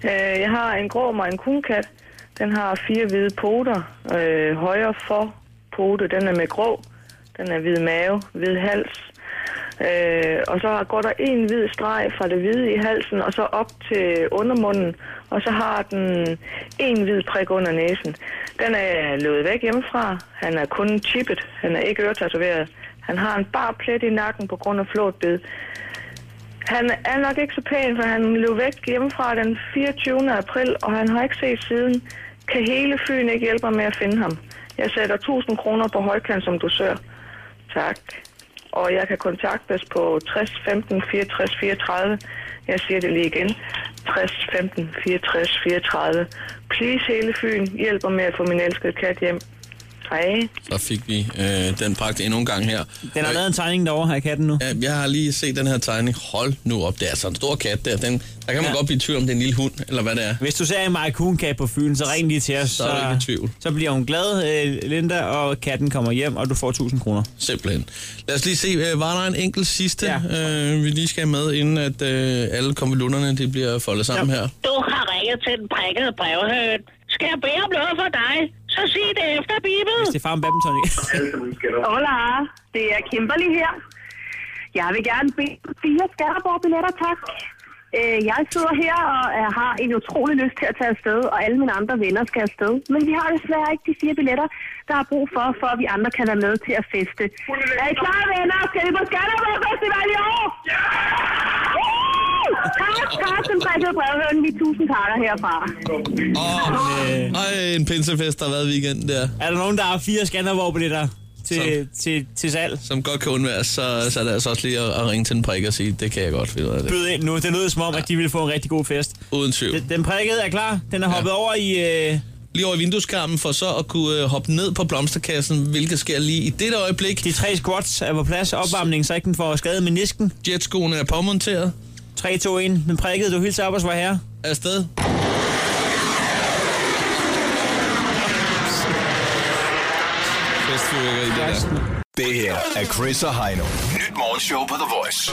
J: Øh, jeg har en grå Maine Coon Cat. Den har fire hvide poter. Øh, højre for pote, den er med grå. Den er hvid mave, hvid hals. Øh, og så går der en hvid streg fra det hvide i halsen, og så op til undermunden. Og så har den en hvid prik under næsen. Den er løbet væk hjemmefra. Han er kun chippet. Han er ikke øretatoveret. Han har en bar plet i nakken på grund af flåtbid. Han er nok ikke så pæn, for han løb væk hjemmefra den 24. april, og han har ikke set siden. Kan hele Fyn ikke hjælpe mig med at finde ham? Jeg sætter 1000 kroner på højkant som dosør. Tak. Og jeg kan kontaktes på 60 15 64 34. Jeg siger det lige igen. 60 15 64 34. Please hele Fyn, hjælp mig med at få min elskede kat hjem. Hej.
C: Så fik vi øh, den bragt endnu en gang her. Øh,
D: Den har lavet en tegning derovre her i katten nu.
C: Ja, jeg har lige set den her tegning. Hold nu op, det er altså en stor kat der. Den, der kan man ja.
D: Ja.
C: godt blive i tvivl om, det er en lille hund, eller hvad det er.
D: Hvis du ser en markunkat på Fyn, så ring lige til os.
C: Så er du ikke i tvivl.
D: Så bliver hun glad, øh, Linda, og katten kommer hjem, og du får 1000 kroner.
C: Simpelthen. Lad os lige se, øh, var der en enkelt sidste, ja. øh, vi lige skal have med, inden at øh, alle konvolutterne de bliver foldet sammen ja. her?
M: Du har ringet til den prikkede brevhøn. Skal jeg bede om noget for dig? Så sig det efter, Bibel.
D: Det er farm badminton
Q: Hola, det er Kimberly her. Jeg vil gerne bede om fire Skanderborg-billetter, tak. Øh, Jeg sidder her og øh, har en utrolig lyst til at tage afsted, og alle mine andre venner skal afsted. Men vi har desværre ikke de fire billetter, der er brug for, for at vi andre kan være med til at feste. Er I klar, venner? Skal vi på Skanderborg Festival i år? Ja! Tak, tak, den prikkede brevhøn. Vi tusind takker herfra.
C: Åh,
D: øh,
C: oh, en pinsefest, der har været i weekenden der.
D: Er der nogen, der har fire Skanderborg-billetter til,
C: Som-
D: til, til salg?
C: Som godt kan undværes, så, så er det altså også lige at, at ringe til en prik og sige, det kan jeg godt, ved du hvad det.
D: Bød ind nu. Det lød som om, at de ville få en rigtig god fest.
C: Uden tvivl.
D: Den, den prikkede er klar. Den er hoppet over i... Øh,
C: lige over i vindueskarmen for så at kunne øh, hoppe ned på blomsterkassen, hvilket sker lige i dette øjeblik.
D: De tre squats er på plads. Opvarmningen, så ikke den får skadet menisken.
C: Jetskoene er påmonteret.
D: 3, 2, 1. Den prikkede. Du hilser op hos vor herre.
C: Afsted. Festfyrværkeri, det der.
E: Det her er Chris og Heino. Nyt morgenshow på The Voice.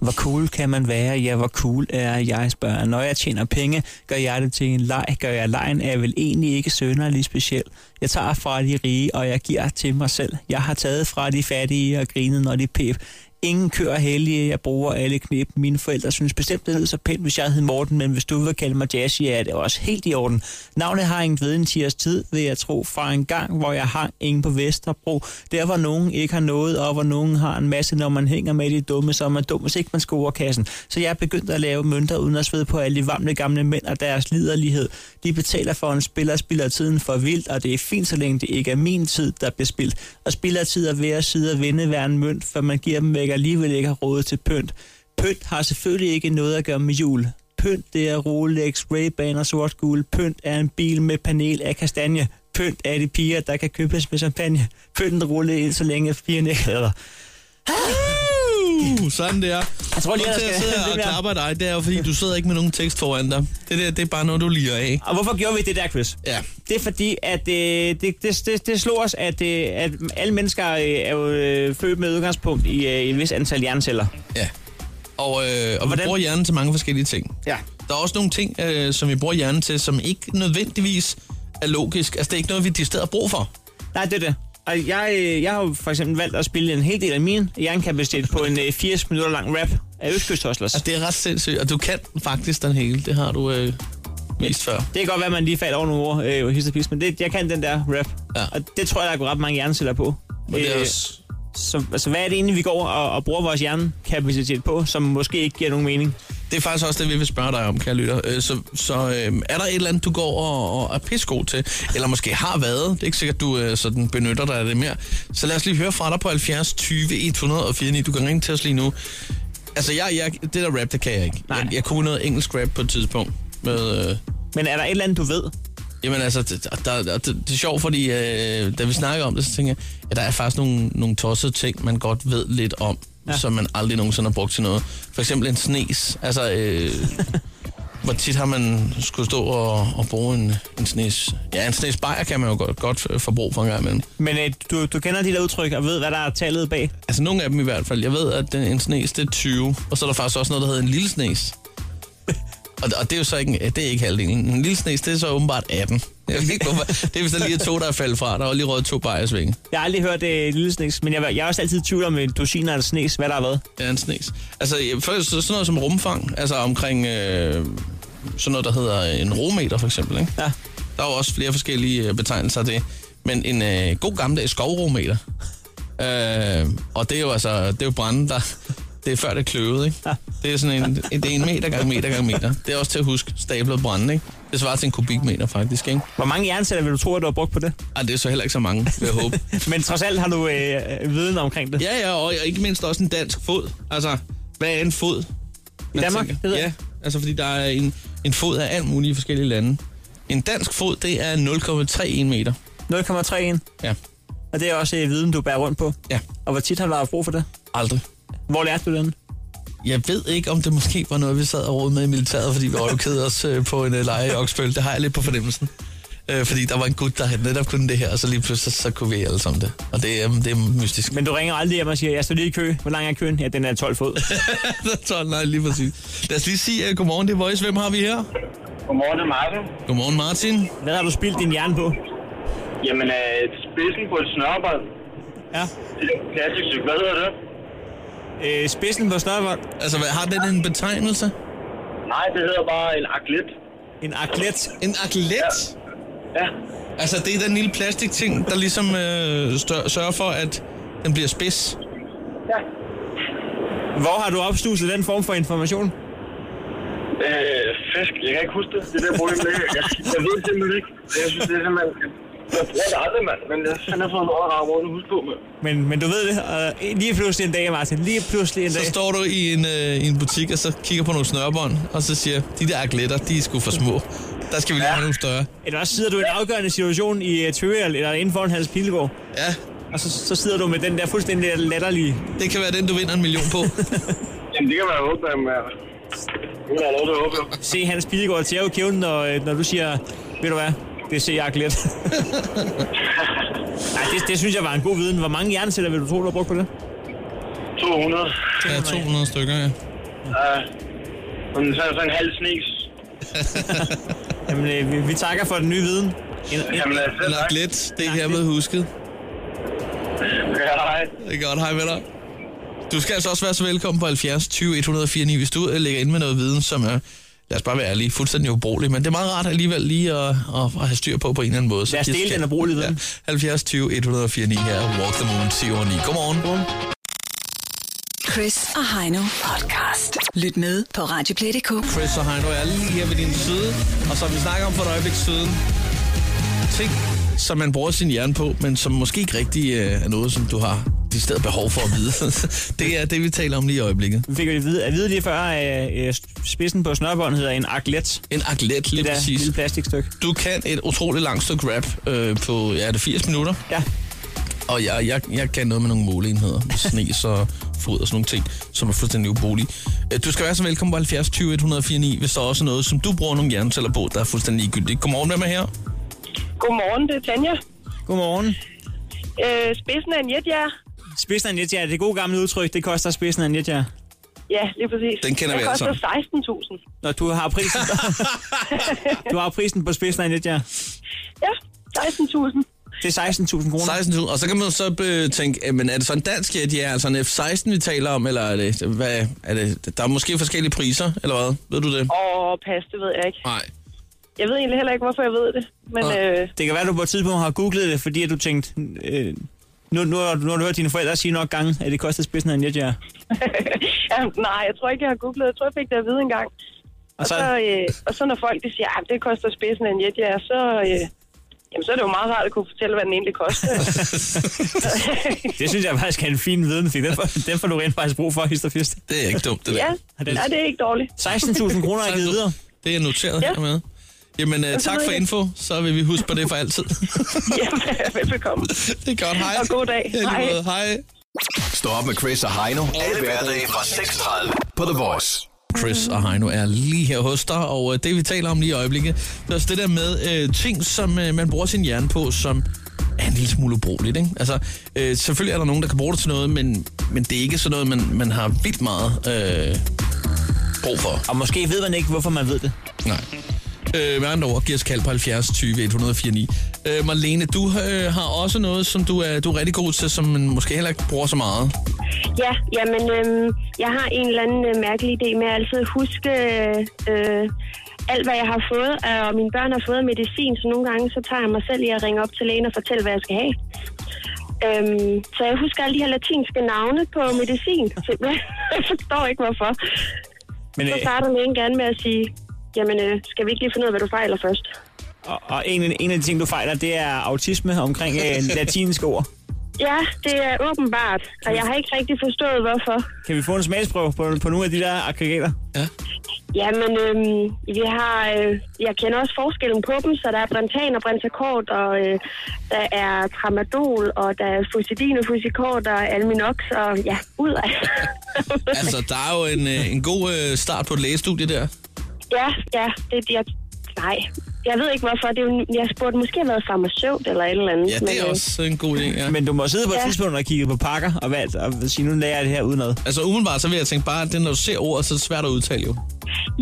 D: Hvor cool kan man være? Ja, hvor cool er jeg, spørger. Når jeg tjener penge, gør jeg det til en leg. Gør jeg lejen, er jeg vel egentlig ikke sønderlig speciel. Jeg tager fra de rige, og jeg giver til mig selv. Jeg har taget fra de fattige og grinet, når de pep. Ingen kører heldige, jeg bruger alle knep. Mine forældre synes bestemt, det lyder så pænt, hvis jeg hed Morten, men hvis du vil kalde mig Jazzy, er det også helt i orden. Navnet har ingen ved en tirs tid, vil jeg tro, fra en gang, hvor jeg hang ingen på Vesterbro. Der, hvor nogen ikke har noget, og hvor nogen har en masse, når man hænger med de dumme, så er man dum, hvis ikke man scorer kassen. Så jeg er begyndt at lave mønter uden at svede på alle de varme gamle mænd og deres liderlighed. De betaler for en spiller, spiller tiden for vildt, og det er fint, så længe det ikke er min tid, der bliver spildt. Og spillertid er ved at sidde og vinde hver en mønt, for man giver dem væk og alligevel ikke har råd til pynt. Pynt har selvfølgelig ikke noget at gøre med jul. Pynt det er Rolex, Ray-Ban og sort guld. Pynt er en bil med panel af kastanje. Pynt er de piger, der kan købes med champagne. Pynten ruller ind, så længe pigerne ikke hader.
C: Uh, sådan der.
D: Jeg tror lige,
C: Grunden
D: jeg
C: til, at jeg
D: skal-
C: sidder og
D: det der-
C: klapper dig, det er jo, fordi du sidder ikke med nogen tekst foran dig. Det der, det er bare noget, du lirer af.
D: Og hvorfor gjorde vi det der, Chris?
C: Ja.
D: Det er fordi, at øh, det, det, det, det slog os, at, øh, at alle mennesker øh, er jo øh, født med udgangspunkt i øh, et vis antal hjerneceller.
C: Ja. Og, øh, og vi
D: Hvordan-
C: bruger hjernen til mange forskellige ting.
D: Ja.
C: Der er også nogle ting, øh, som vi bruger hjernen til, som ikke nødvendigvis er logisk. Altså, det er ikke noget, vi decideret har brug for.
D: Nej, det er det. Og jeg, øh, jeg har jo for eksempel valgt at spille en hel del af min jernkapacitet på en øh, 80 minutter lang rap af Østkyst Hustlers.
C: Altså, det er ret sindssygt, og du kan faktisk den hele. Det har du øh, vist før.
D: Det kan godt være, at man lige falder over nogle ord, øh, hist og pis, men det, jeg kan den der rap. Ja. Og det tror jeg, der går ret mange hjerneceller på. Øh,
C: Men det er også-
D: så, altså, hvad er det egentlig, vi går og, og bruger vores hjernekapacitet på, som måske ikke giver nogen mening?
C: Det er faktisk også det, vi vil spørge dig om, kære lytter. Øh, Så, så øh, er der et eller andet, du går og, og er pissegod til, eller måske har været, det er ikke sikkert, du øh, sådan benytter dig af det mere, så lad os lige høre fra dig på 70 20 104 Du kan ringe til os lige nu. Altså, jeg, jeg, det der rap, det kan jeg ikke. Jeg, jeg kunne noget engelsk rap på et tidspunkt. Med, øh...
D: Men er der et eller andet, du ved?
C: Jamen altså, det, der, der, det, det er sjovt, fordi øh, da vi snakker om det, så tænker jeg, at der er faktisk nogle, nogle tossede ting, man godt ved lidt om, ja. som man aldrig nogensinde har brugt til noget. For eksempel en snes. Altså, øh, hvor tit har man skulle stå og, og bruge en, en snes? Ja, en snes bajer kan man jo godt, godt få brug for en gang imellem.
D: Men øh, du, du kender de der udtryk og ved, hvad der er tallet bag?
C: Altså, nogle af dem i hvert fald. Jeg ved, at den, en snes, det er 20, og så er der faktisk også noget, der hedder en lille snes. Og, og det er jo så ikke, en- det er ikke halvdelen. En lille snes, det er så åbenbart 18. Jeg ved ikke, hvorfor. Det er hvis der lige er to, der er faldet fra. Der er jo lige røget to bajersvinge.
D: Jeg har aldrig hørt øh, lille snes, men jeg, jeg er også altid i tvivl om, øh, dosiner eller snes, hvad der har været.
C: Ja, en snes. Altså, ja, først så sådan noget som rumfang, altså omkring øh, sådan noget, der hedder en rometer for eksempel, ikke?
D: Ja.
C: Der er jo også flere forskellige øh, betegnelser af det. Men en øh, god gammeldags skovrometer, øh, og det er jo altså, det er jo brænde, der, det er før det er kløvet, ikke? Ja. Det er sådan en, det er en meter gange meter gange meter. Det er også til at huske stablet brænde, ikke? Det svarer til en kubikmeter faktisk, ikke?
D: Hvor mange jernsætter vil du tro, at du har brugt på det?
C: Ej, det er så heller ikke så mange, vil jeg håbe.
D: Men trods alt har du øh, øh, viden omkring det.
C: Ja, ja, og ikke mindst også en dansk fod. Altså, hvad er en fod?
D: I Danmark, det ved jeg.
C: Ja, altså fordi der er en, en fod af alt muligt i forskellige lande. En dansk fod, det er 0,31 meter.
D: 0,31?
C: Ja.
D: Og det er også øh, viden, du bærer rundt på?
C: Ja.
D: Og hvor tit har du haft brug for det?
C: Aldrig.
D: Hvor lærte du den?
C: Jeg ved ikke, om det måske var noget, vi sad og rodede med i militæret, fordi vi røvkede os øh, på en øh, leje i Oksbøl. Det har jeg lidt på fornemmelsen. Øh, fordi der var en gut, der havde netop kun det her, og så lige pludselig, så, så kunne vi alle sammen det. Og det, øh, det er mystisk.
D: Men du ringer aldrig hjem og siger, jeg står lige i kø. Hvor lang er køen? Ja, den er 12 fod.
C: der tror nej, lige præcis. Lad os lige sige uh, godmorgen, det er Voice. Hvem har vi her?
G: Godmorgen, det er Martin.
C: Godmorgen, Martin.
D: Hvad har du spildt din hjerne på?
G: Jamen, øh, spidsen på et snørbånd.
D: Ja.
G: Det er jo klassisk cykel. Hvad hedder det?
D: Øh, spidsen på snørbånd.
C: Altså, hvad, har den en betegnelse?
G: Nej, det hedder bare en aklet.
D: En aklet?
C: En aklet?
G: Ja. ja.
C: Altså, det er den lille plastikting, der ligesom øh, stør, sørger for, at den bliver spids.
D: Hvor har du opsnuset den form for information?
G: Øh, fisk. Jeg kan ikke huske det. Det er det problem. Jeg, jeg, jeg ved det simpelthen ikke. Jeg synes, det er simpelthen... Jeg bruger det aldrig, mand. Men jeg har fandme fået en overramme rundt husk på, mand.
D: Men, men du ved det, og lige pludselig en dag, Martin. Lige pludselig en
C: Så
D: dag.
C: står du i en, øh, i en butik, og så kigger på nogle snørbånd, og så siger, de der akletter, de er sgu for små. Der skal vi lige have nogle større.
D: Eller også sidder du i en afgørende situation i uh, Tyrell, eller inden foran Hans Pilgaard.
C: Ja.
D: Og så, så sidder du med den der fuldstændig latterlige...
C: Det kan være den, du vinder en million på.
G: Jamen, det kan være håbe, men... øh, Det kan være lov til at håbe, jo.
D: Se Hans Pilgaard til at kæven, når, øh, når du siger, ved du hvad, det ser jeg glædt. Nej, det, det, synes jeg var en god viden. Hvor mange hjerneceller vil du tro, du har brugt på det?
G: 200.
C: Ja, 200 stykker, ja.
G: Ja. Men Mm, så er der så en halv snes.
D: Jamen, øh, vi, vi takker for den nye viden. En, en,
G: Jamen, øh, selv
C: En
G: tak.
C: aklet, det er hermed husket.
G: Ja, hej.
C: Det er godt, hej med dig. Du skal altså også være så velkommen på 70 20 104 9, hvis du øh, lægger ind med noget viden, som er, lad os bare være ærlige, fuldstændig ubrugelig, men det er meget rart alligevel lige at, at, at have styr på på en eller anden måde. Så
D: Lad os
C: giv
D: dele
C: skal-
D: den ubrugelige viden.
C: Ja, 70 20 104 9 her, er Walk the Moon, 10 over 9. Godmorgen. Godmorgen.
B: Chris og Heino podcast. Lyt med på Radioplay.dk.
C: Chris og Heino er lige her ved din side, og som vi snakker om for et øjeblik siden, ting, som man bruger sin hjerne på, men som måske ikke rigtig øh, er noget, som du har det stedet behov for at vide. det er det, vi taler om lige i øjeblikket.
D: Vi fik jo at vide, at vide lige før, at øh, spidsen på snørbånd hedder en aklet.
C: En aklet, lige
D: det der
C: præcis.
D: lille plastikstykke.
C: Du kan et utroligt langt stykke rap øh, på, ja, er det 80 minutter?
D: Ja.
C: Og jeg, jeg, jeg kan noget med nogle måleenheder, med snes og fod og sådan nogle ting, som er fuldstændig ubrugelige. Øh, Du skal være så velkommen på 70 20 104 9, hvis der er også noget, som du bruger nogle hjerneceller på, der er fuldstændig ligegyldigt. Godmorgen, hvem er her?
I: Godmorgen, det er Tanja.
D: Godmorgen.
I: Øh, spidsen af en jetjager.
D: Spidsen af en jetjager, det gode gamle udtryk, det koster spidsen af en jetjager.
I: Ja, lige præcis.
D: Den kender vi
I: Den
D: alle
I: koster 16.000.
D: Når du har prisen, du har prisen på spidsen af en jetjager.
I: Ja, 16.000.
D: Det er 16.000 kroner.
C: 16.000, og så kan man jo så øh, tænke, øh, men er det så en dansk jet, ja, altså en F-16, vi taler om, eller er det, hvad, er det, der er måske forskellige priser, eller hvad, ved du det?
I: Åh, pas, det ved jeg ikke.
C: Nej.
I: Jeg ved egentlig heller ikke, hvorfor jeg ved det. Men øh,
D: Det kan være, at du på et tidspunkt har googlet det, fordi at du tænkte, øh, nu, nu, har- nu har du hørt dine forældre sige nok gange, at det koster spidsen af en jetjager.
I: ja, nej, jeg tror ikke, jeg har googlet. Jeg tror, jeg fik det at vide engang. Og så, øh, og så når folk de siger, at det koster spidsen af en jetjager, så, øh, jamen, så er det jo meget rart at kunne fortælle, hvad den egentlig koster.
D: Det synes jeg faktisk er en fin viden, fordi den får, den får du rent faktisk brug for, Hister Fist.
C: Det er ikke dumt, det
I: ja,
D: der.
I: nej, det er ikke dårligt.
D: 16.000 kroner er givet videre.
C: Det er noteret
I: Ja.
C: ja. med. Jamen, øh,
I: Og så
C: tak
I: ved
C: for
I: jeg-
C: info, så vil vi huske på det for altid.
I: Velbekomme.
C: Det er godt, hej.
I: Og god dag.
C: Ja, i lige
I: Hej.
C: måde. Hej.
E: Stå op med Chris og Heino. Alle hverdage fra 6.30 på The Voice.
C: Chris og Heino er lige her hos dig, og øh, det vi taler om lige i øjeblikket, det er også det der med øh, ting, som øh, man bruger sin hjerne på, som er en lille smule ubrugeligt. Ikke? Altså, øh, selvfølgelig er der nogen, der kan bruge det til noget, men, men det er ikke sådan noget, man, man har vildt meget øh, brug for.
D: Og måske ved man ikke, hvorfor man ved det.
C: Nej. Øh, med andre ord, giv os kald på 70 20 104 9. Øh, Marlene, du øh, har også noget, som du er, du er rigtig god til, som man måske heller ikke bruger så meget.
R: Ja, jamen, øhm, jeg har en eller anden øh, mærkelig idé med at altid huske øh, alt, hvad jeg har fået, øh, og mine børn har fået medicin, så nogle gange så tager jeg mig selv i at ringe op til lægen og fortælle, hvad jeg skal have. Øhm, så jeg husker alle de her latinske navne på medicin, simpelthen. jeg forstår ikke, hvorfor.
D: Men,
R: Men, så
D: øh,
R: starter lægen gerne med at sige, jamen, øh, skal vi ikke lige finde ud af, hvad du fejler først?
D: Og, og en, en af de ting, du fejler, det er autisme omkring øh, latinske ord.
R: Ja, det er åbenbart, og jeg har ikke rigtig forstået, hvorfor.
D: Kan vi få en smagsprøve på, på nogle af de der aggregater?
C: Ja.
R: Jamen, øhm, vi har, øh, jeg kender også forskellen på dem, så der er brentan og brentacort, og øh, der er tramadol, og der er fusidin og fusikort, og alminox, og ja, ud af.
C: Altså, der er jo en, øh, en god øh, start på et lægestudie der.
R: ja, ja, det jeg, nej, jeg ved ikke hvorfor, det er, jo- jeg spurgte, måske har været farmaceut eller et eller andet. øh,
D: Ja,
C: det er også en god idé, ja.
D: Men du må sidde på et
R: Ja.
D: tidspunkt og kigge på pakker og, valgt, og sige, nu lærer jeg det her uden noget.
C: Altså umiddelbart, så vil jeg tænke bare, at det, når du ser ordet, så er det svært at udtale jo.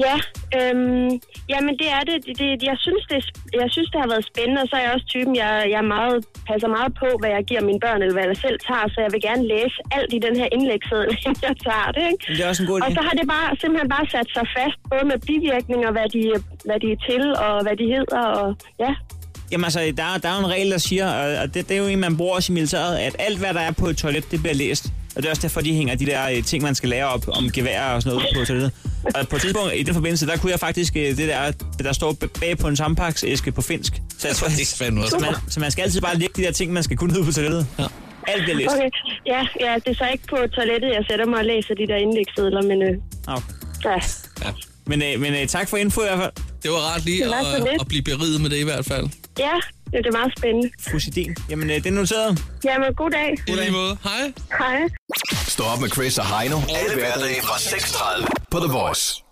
R: Ja, øhm, jamen det er det. det, det jeg, synes, det. jeg synes, det har været spændende, og så er jeg også typen, jeg, jeg er meget, passer meget på, hvad jeg giver mine børn, eller hvad jeg selv tager, så jeg vil gerne læse alt i den her indlægsseddel, inden jeg tager det. Ikke?
D: Men det er også en god idé.
R: Og så har det bare, simpelthen bare sat sig fast, både med bivirkninger, hvad de, hvad de er til, og hvad de hedder, og ja.
D: Jamen altså, der, er- der er jo en regel, der siger, og- og det, det er jo en, man bruger også i militæret, at alt, hvad der er på et toilet, det bliver læst. Og det er også derfor, de hænger de der øh, ting, man skal lære op om geværer og sådan noget på toilettet. Og på et tidspunkt i den forbindelse, der kunne jeg faktisk øh, det der, der står bag på en sampaksæske på finsk. Så, jeg tror, det
C: er fandme også
D: så, man, så man skal altid bare lægge de der ting, man skal kunne ud på toilettet. Ja. Alt bliver læst.
R: Okay. Ja, ja, det er så ikke på toilettet, jeg sætter mig og læser de der indlægssedler, men øh,
D: Okay.
R: ja.
C: Ja.
D: Men, øh, men øh, tak for info i hvert fald.
C: Det var rart lige
R: Det var at- så lidt.
C: at blive beriget med det i hvert fald.
R: ja, det er meget spændende.
D: Fusidin. Jamen, øh, det er noteret.
R: Jamen, god dag.
C: I lige måde. Hej.
R: Hej.
E: Stå op med Chris og Heino. Alle hverdage fra 6.30 på The Voice.